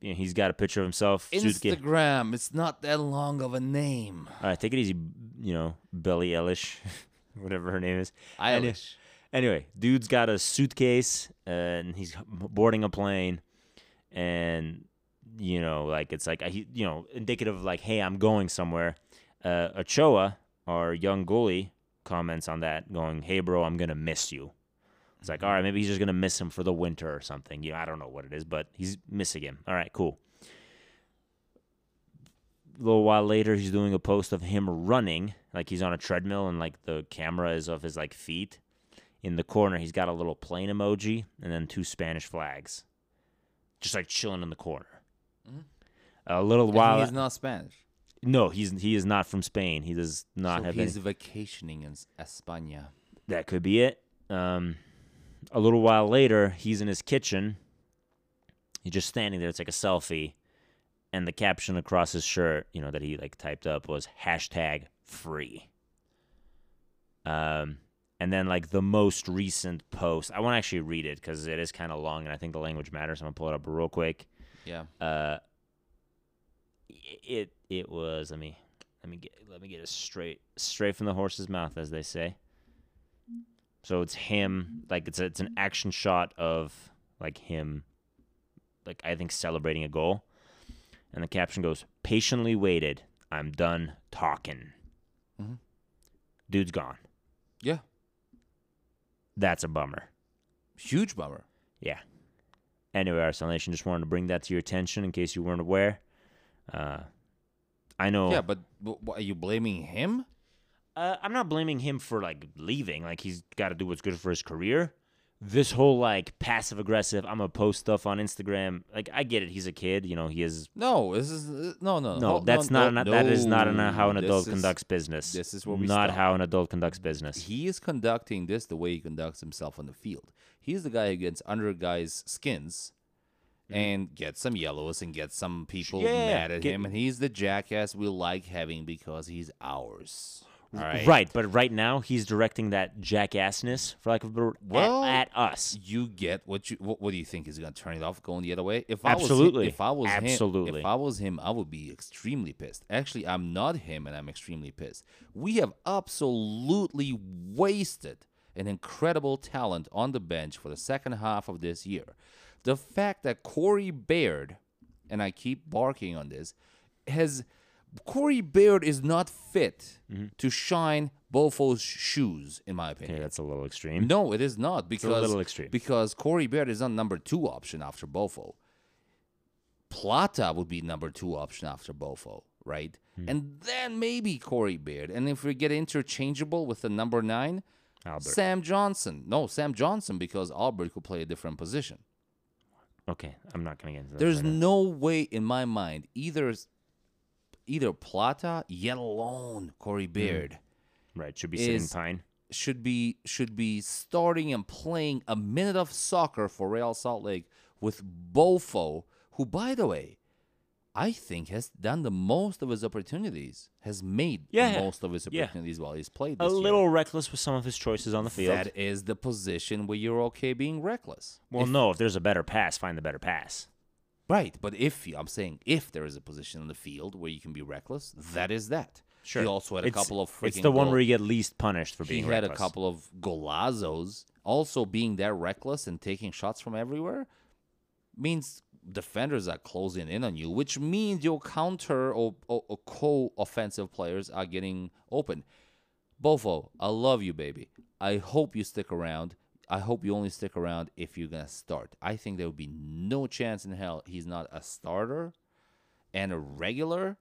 B: You know, he's got a picture of himself. suitcase-
A: Instagram. It's not that long of a name.
B: All right, take it easy. You know, Billie Eilish, whatever her name is.
A: I
B: Any-
A: wish.
B: Anyway, dude's got a suitcase uh, and he's boarding a plane, and you know, like it's like he, you know, indicative of like, hey, I'm going somewhere. Uh, Ochoa, our young goalie, comments on that, going, "Hey, bro, I'm gonna miss you." It's like, all right, maybe he's just gonna miss him for the winter or something. You know, I don't know what it is, but he's missing him. All right, cool. A little while later, he's doing a post of him running, like he's on a treadmill, and like the camera is of his like feet. In the corner, he's got a little plane emoji and then two Spanish flags, just like chilling in the corner. A little
A: Mm-hmm. And
B: while.
A: he's not Spanish.
B: no, he's he is not from Spain. He does not
A: so
B: have any.
A: he's vacationing in España.
B: That could be it. Um, a little while later, he's in his kitchen. He's just standing there. It's like a selfie, and the caption across his shirt, you know, that he like typed up was hashtag free. Um, and then like the most recent post, I want to actually read it because it is kind of long, and I think the language matters. I'm gonna pull it up real quick.
A: Yeah.
B: Uh, i- it it was. Let me let me get let me get it straight straight from the horse's mouth, as they say. So it's him, like it's a, it's an action shot of like him, like I think celebrating a goal, and the caption goes, "Patiently waited. I'm done talking."
A: Mhm.
B: Dude's gone.
A: Yeah.
B: That's a bummer.
A: Huge bummer.
B: Yeah. Anyway, Arsenal Nation, just wanted to bring that to your attention in case you weren't aware. Uh, I know.
A: Yeah, but, but what, are you blaming him?
B: uh, I'm not blaming him for like leaving. Like he's got to do what's good for his career. this whole like passive aggressive, I'm gonna post stuff on Instagram. Like I get it, he's a kid, you know, he is
A: No, this is uh, no, no,
B: no,
A: hold-
B: that's not
A: no,
B: an, that is not an,
A: no,
B: how an
A: this
B: adult
A: is-
B: conducts business.
A: this is where we
B: not
A: stop.
B: how an adult conducts business.
A: He is conducting this the way he conducts himself on the field. He's the guy who gets under guys' skins and gets some yellows and gets some people
B: Mm-hmm. Yeah,
A: mad at
B: get-
A: him. And he's the jackass we like having because he's ours. All right.
B: Right, but right now he's directing that jackassness, for lack of a better word, at-
A: Well,
B: at, us.
A: You get what you. What, what do you think is going to turn it off going the other way? If I was,
B: Absolutely.
A: hi- if I was him,
B: Absolutely.
A: if I was him, I would be extremely pissed. Actually, I'm not him, and I'm extremely pissed. We have absolutely wasted an incredible talent on the bench for the second half of this year. The fact that Corey Baird, and I keep barking on this, has Corey Baird is not fit
B: Mm-hmm.
A: to shine Bofo's shoes, in my opinion.
B: Okay, that's a little extreme.
A: No, it is not because
B: a little extreme.
A: Because Corey Baird is not number two option after Bofo. Plata would be number two option after Bofo, right?
B: Hmm.
A: And then maybe Corey Baird. And if we get interchangeable with the number nine,
B: Albert.
A: Sam Johnson. No, Sam Johnson because Albert could play a different position.
B: Okay, I'm not gonna get into that.
A: There's
B: right now.
A: no way in my mind either either Plata, yet alone Corey
B: Hmm.
A: Baird.
B: right. Should be sitting
A: is-
B: pine.
A: should be should be starting and playing a minute of soccer for Real Salt Lake with Bofo, who by the way, I think has done the most of his opportunities, has made
B: Yeah,
A: the most of his
B: yeah.
A: opportunities while he's played
B: A
A: this year.
B: little reckless with some of his choices on the field.
A: That is the position where you're okay being reckless.
B: well, no, if there's a better pass, find the better pass.
A: Right, but if you- I'm saying if there is a position on the field where you can be reckless, that is that.
B: Sure.
A: He also had a
B: It's-
A: couple of freaking
B: It's the one
A: goal-
B: where you get least punished for being
A: he had
B: reckless.
A: a couple of golazos. Also, being that reckless and taking shots from everywhere means defenders are closing in on you, which means your counter or, or, or co-offensive players are getting open. Bofo, I love you, baby. I hope you stick around. I hope you only stick around if you're gonna start. I think there would be no chance in hell he's not a starter and a regular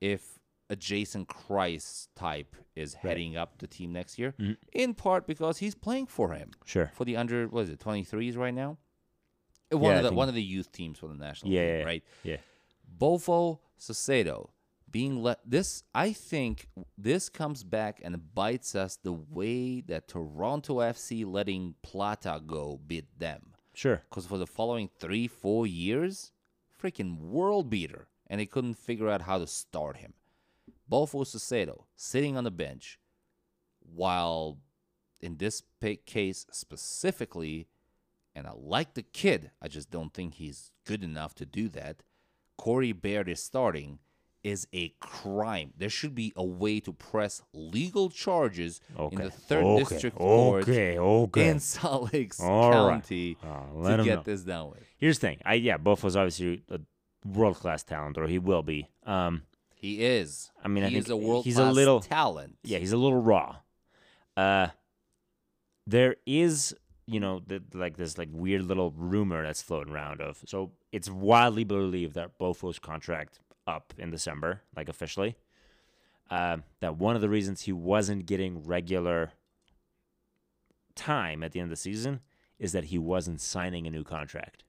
A: if a Jason Christ type is heading up the team next year,
B: Mm-hmm.
A: in part because he's playing for him
B: Sure.
A: for the under what is it 23s right now. Uh, One
B: Yeah, I
A: of the
B: think-
A: one of the youth teams for the national
B: Yeah,
A: team,
B: yeah, yeah.
A: right?
B: Yeah.
A: Bofo Sosedo being let this I think this comes back and bites us the way that Toronto FC letting Plata go bit them.
B: Sure.
A: Because for the following three, four years, freaking world beater. And they couldn't figure out how to start him. Bofo Sosedo sitting on the bench while in this pa- case specifically, and I like the kid, I just don't think he's good enough to do that. Corey Baird is starting is a crime. There should be a way to press legal charges in
B: Okay.
A: the third
B: Okay.
A: district court
B: Okay. Okay.
A: in Salt Lake
B: All right.
A: County
B: Uh,
A: to
B: let 'em
A: get
B: know.
A: this done with.
B: Here's the thing. I yeah, Buffalo's obviously a world class talent, or he will be. Um,
A: He is.
B: I mean, I
A: he's
B: think
A: a world.
B: he's a little-
A: talent.
B: yeah, he's a little raw. Uh, there is you know the, like this like weird little rumor that's floating around of so it's widely believed that Bofo's contract up in December, like officially. Uh, that one of the reasons he wasn't getting regular time at the end of the season is that he wasn't signing a new contract.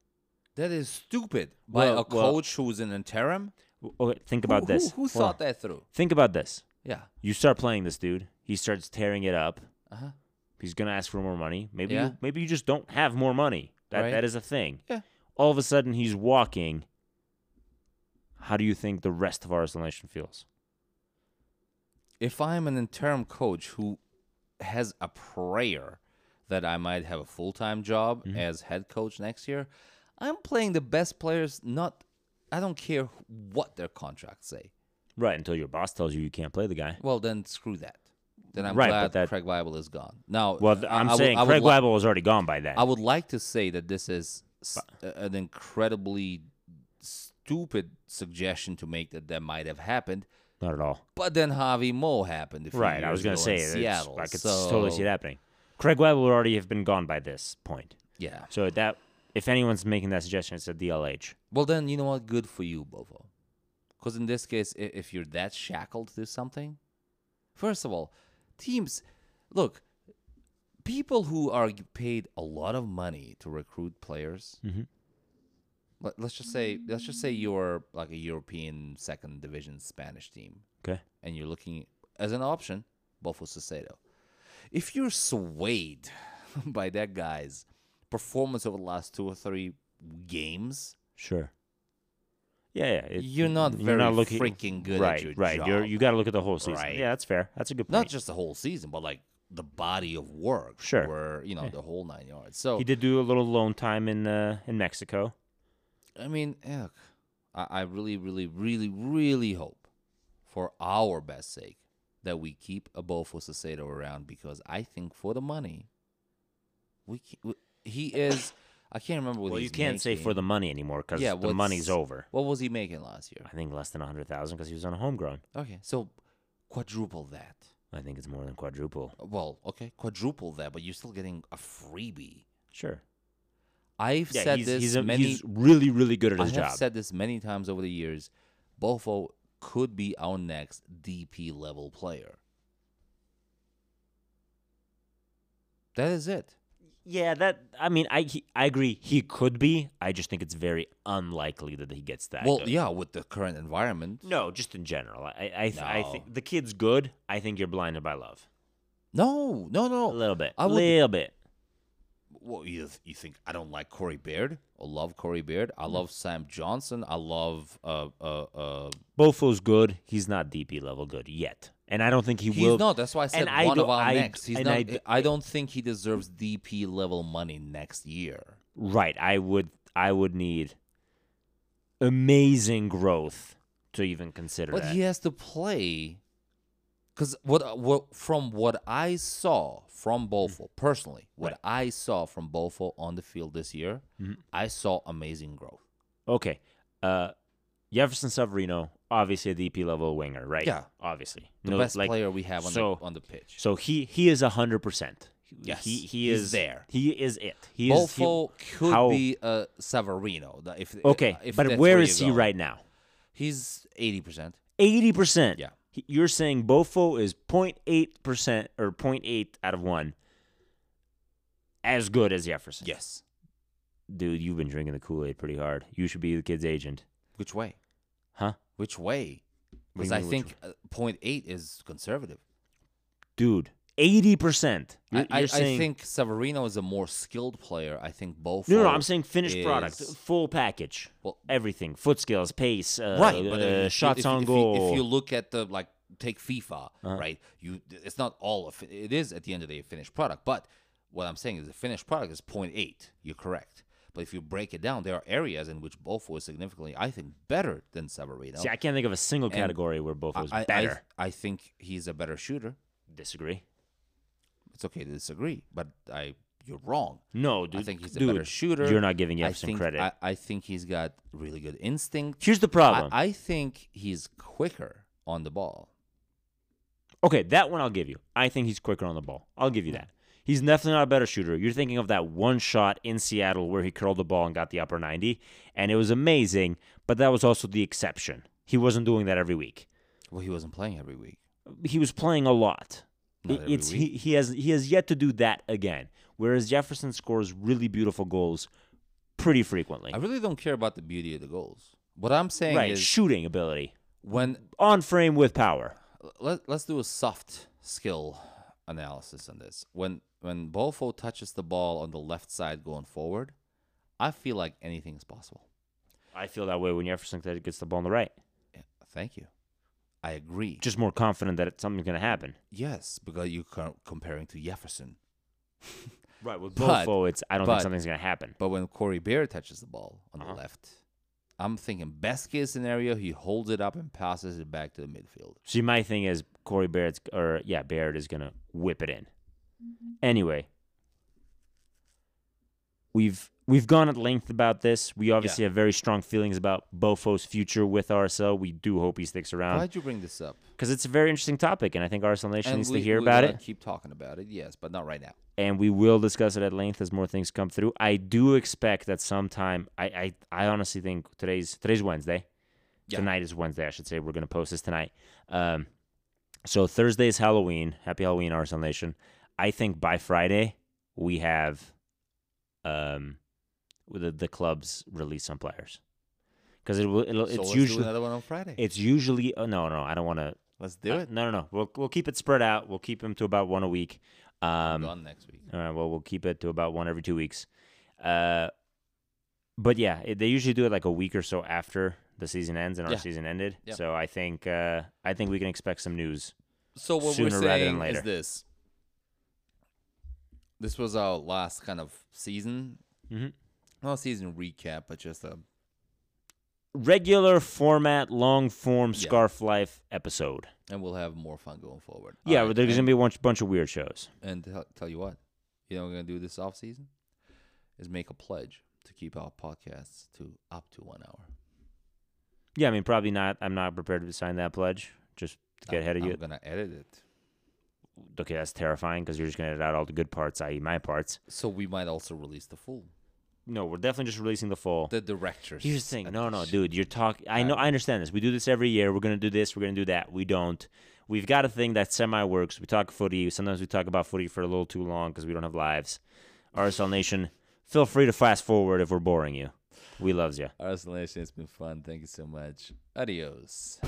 A: that is stupid by
B: Well,
A: a
B: well-
A: coach who's an interim.
B: W- Okay, think about
A: who,
B: this.
A: Who, who
B: Hold on.
A: thought that through?
B: Think about this.
A: Yeah.
B: You start playing this dude. He starts tearing it up.
A: Uh huh.
B: He's gonna ask for more money. Maybe
A: Yeah.
B: you, maybe you just don't have more money. That
A: Right.
B: that is a thing.
A: Yeah.
B: All of a sudden he's walking. How do you think the rest of Arsenal Nation feels?
A: If I'm an interim coach who has a prayer that I might have a full time job
B: Mm-hmm.
A: as head coach next year, I'm playing the best players. Not, I don't care what their contracts say.
B: Right until your boss tells you you can't play the guy.
A: Well, then screw that. Then I'm
B: Right,
A: glad
B: but that-
A: Craig Bible is gone. Now,
B: Well, th-
A: I-
B: I'm
A: I would-
B: saying
A: I would
B: Craig
A: li-
B: Weibel was already gone by then.
A: I would like to say that this is s- a- an incredibly stupid suggestion to make that that might have happened,
B: Not at all.
A: but then Javi Mo happened. A few
B: Right. I was
A: going
B: gonna
A: to
B: say
A: in
B: it's-
A: Seattle.
B: I could
A: so,
B: totally see it happening. Craig Weibel would already have been gone by this point.
A: Yeah.
B: So that if anyone's making that suggestion, it's a DLH.
A: Well, then you know what? Good for you, Bovo. Because in this case, i- if you're that shackled to something, first of all, teams look. people who are g- paid a lot of money to recruit players.
B: Mhm.
A: Let, let's just say let's just say you're like a European second division Spanish team,
B: Okay.
A: and you're looking as an option both with Cicero. If you're swayed by that guy's performance over the last two or three games,
B: Sure. Yeah, yeah. it-
A: you're not
B: you're
A: very
B: not looking-
A: freaking good
B: right,
A: at your
B: right.
A: job.
B: You're, you got to look at the whole season.
A: Right.
B: Yeah, that's fair. That's a good
A: not
B: point.
A: just the whole season, but like the body of work.
B: Sure.
A: Where, you know, the whole nine yards. So,
B: he did do a little lone time in uh, in Mexico.
A: I mean, ugh, I, I really, really, really, really hope for our best sake that we keep Abofo Sacedo around because I think for the money, we, ca- we he is. I can't remember what
B: Well, you
A: he's
B: can't say for
A: making.
B: the money anymore because
A: Yeah,
B: the money's
A: what's-
B: over.
A: What was he making last year?
B: I think less than a hundred thousand because he was on a homegrown.
A: Okay, so quadruple that.
B: I think it's more than quadruple.
A: Well, okay, quadruple that, but you're still getting a freebie.
B: Sure.
A: I've
B: Yeah,
A: said
B: he's,
A: this
B: he's, a-
A: many.
B: he's really really good at
A: I
B: his
A: have
B: job.
A: said this many times over the years. Bofo could be our next DP level player. That is it.
B: yeah, that I mean I he, I agree he could be. I just think it's very unlikely that he gets that.
A: well,
B: good.
A: yeah, with the current environment.
B: No, just in general. I I, th- I
A: No.
B: think the kid's good. I think you're blinded by love.
A: No, no,
B: A
A: no.
B: little bit.
A: I
B: A
A: would-
B: little bit.
A: Well, you, you think I don't like Corey Beard? I love Corey Beard.
B: Mm.
A: I love Sam Johnson. I love uh uh uh.
B: Bofo's good. He's not DP level good yet, and I don't think he
A: He's
B: will.
A: not. That's why I said
B: and I
A: one of
B: do-
A: our
B: I-
A: next. He's
B: and
A: not.
B: I
A: I,
B: do-
A: don't think he deserves DP level money next year.
B: Right. I would. I would need amazing growth to even consider
A: But
B: that.
A: he has to play. Because what, uh, what from what I saw from Bofo personally, what
B: Mm-hmm. Right. Mm-hmm.
A: I saw from Bofo on the field this year, I saw amazing growth.
B: Okay. Uh, Jefferson Severino, obviously a DP level winger, right?
A: Yeah.
B: Obviously,
A: The
B: No,
A: best
B: like-
A: player we have on
B: so-
A: the on the pitch.
B: So he he is hundred percent.
A: Yes,
B: He he
A: he's
B: is
A: there.
B: He is it. He is.
A: Bofo
B: he-
A: could
B: how-
A: be a Severino. that- If uh,
B: Okay,
A: if
B: but
A: that's
B: where
A: you're
B: is he
A: going.
B: right now?
A: He's eighty percent.
B: Eighty percent.
A: Yeah.
B: You're saying Bofo is 0.8 percent or 0.8 out of one, as good as Jefferson.
A: Yes.
B: dude, you've been drinking the Kool Aid pretty hard. You should be the kid's agent,
A: Which way?
B: huh?
A: Which way?
B: What do
A: Because
B: you
A: I
B: mean which
A: think uh, point eight is conservative.
B: Dude, eighty percent.
A: I, I, I think Severino is a more skilled player. I think Bofo.
B: No, no, I'm saying finished product,
A: is-
B: full package,
A: Well-
B: everything, foot skills, pace, uh,
A: right, but
B: uh,
A: if you-
B: shots
A: if,
B: on
A: if
B: goal. Uh-huh.
A: You, if you look at the like, take FIFA, right? You, it's not all. Of, it is at the end of the day a finished product, but what I'm saying is the finished product is 0.8. You're correct. But if you break it down, there are areas in which Bofo is significantly, I think, better than Severino.
B: See, I can't think of a single category where both
A: I-
B: was
A: I- I-
B: better.
A: I think he's a better shooter.
B: Disagree.
A: It's okay to disagree, but I, you're wrong.
B: No, dude.
A: I think he's a
B: dude,
A: better shooter.
B: You're not giving
A: I
B: Jefferson
A: think,
B: credit.
A: I, I think he's got really good instinct.
B: Here's the
A: I,
B: problem.
A: I think he's quicker on the ball.
B: okay, that one I'll give you. I think he's quicker on the ball. I'll give you that. He's definitely not a better shooter. You're thinking of that one shot in Seattle where he curled the ball and got the upper 90, and it was amazing, but that was also the exception. He wasn't doing that every week.
A: Well, he wasn't playing every week.
B: he was playing a lot.
A: Not
B: It-
A: every
B: It's he, he has he has yet to do that again. Whereas Jefferson scores really beautiful goals pretty frequently.
A: I really don't care about the beauty of the goals. What I'm saying
B: right,
A: is
B: shooting ability
A: when
B: on frame with power.
A: let, let's do a soft skill analysis on this. When when Bofo touches the ball on the left side going forward, I feel like anything is possible.
B: I feel that way when Jefferson gets the ball on the right.
A: Yeah, thank you. I agree.
B: Just more confident that it's, something's going to happen.
A: yes, because you're co- comparing to Jefferson.
B: Right, with
A: But-
B: Bofo, it's I don't think
A: but-
B: something's going to happen.
A: But when Corey Bear touches the ball on
B: Uh-huh.
A: the left, I'm thinking best case scenario he holds it up and passes it back to the midfield.
B: See, my thing is Corey Barrett's or yeah, Barrett is going to whip it in. Anyway, we've we've gone at length about this. We obviously have very strong feelings about Bofo's future with RSL. We do hope he sticks around
A: Why'd you bring this up?
B: because it's a very interesting topic, and I think RSL Nation needs
A: we-
B: to hear
A: we
B: about
A: gotta
B: it.
A: Keep talking about it, yes, but not right now.
B: And we will discuss it at length as more things come through. I do expect that sometime. I I, I honestly think today's today's Wednesday.
A: Yeah.
B: Tonight is Wednesday, I should say. We're going to post this tonight. Um, so Thursday is Halloween. Happy Halloween, Arsenal Nation. I think by Friday we have um the, the clubs release some players because it will it'll,
A: so
B: it's
A: let's do
B: usually
A: another one on Friday.
B: it's usually oh, no no I don't want to
A: let's do it.
B: no no no we'll we'll keep it spread out we'll keep them to about one a week um
A: Gone next week.
B: all right. Well, we'll keep it to about one every two weeks. Uh, but yeah, it, they usually do it like a week or so after the season ends and our
A: Yeah.
B: season ended.
A: Yeah.
B: So I think uh, I think we can expect some news.
A: So what
B: Sooner
A: we're
B: rather than
A: saying
B: later.
A: is this: this was our last kind of season,
B: Mhm.
A: not season recap, but just um, a
B: Regular format, long form
A: Yeah.
B: scarf life episode.
A: and we'll have more fun going forward.
B: yeah,
A: Alright,
B: but there's gonna
A: and,
B: be a bunch, bunch of weird shows.
A: and tell- tell you what, you know, what we're gonna do this off season is make a pledge to keep our podcasts to up to one hour.
B: Yeah, I mean, probably not. I'm not prepared to sign that pledge. Just to get
A: I'm-
B: ahead of
A: Uh, I'm
B: you.
A: gonna edit it,
B: Okay, that's terrifying because you're just gonna edit out all the good parts, i.e., my parts.
A: so we might also release the full
B: No, we're definitely just releasing the full.
A: the directors.
B: Here's the thing. No, no,
A: edition.
B: dude, you're talking. I know. I understand this. We do this every year. We're gonna do this. We're gonna do that. We don't. We've got a thing that semi works. We talk footy. Sometimes we talk about footy for a little too long because we don't have lives. RSL Nation, feel free to fast forward if we're boring you. We loves you.
A: Arsenal Nation, it's been fun. Thank you so much. Adios.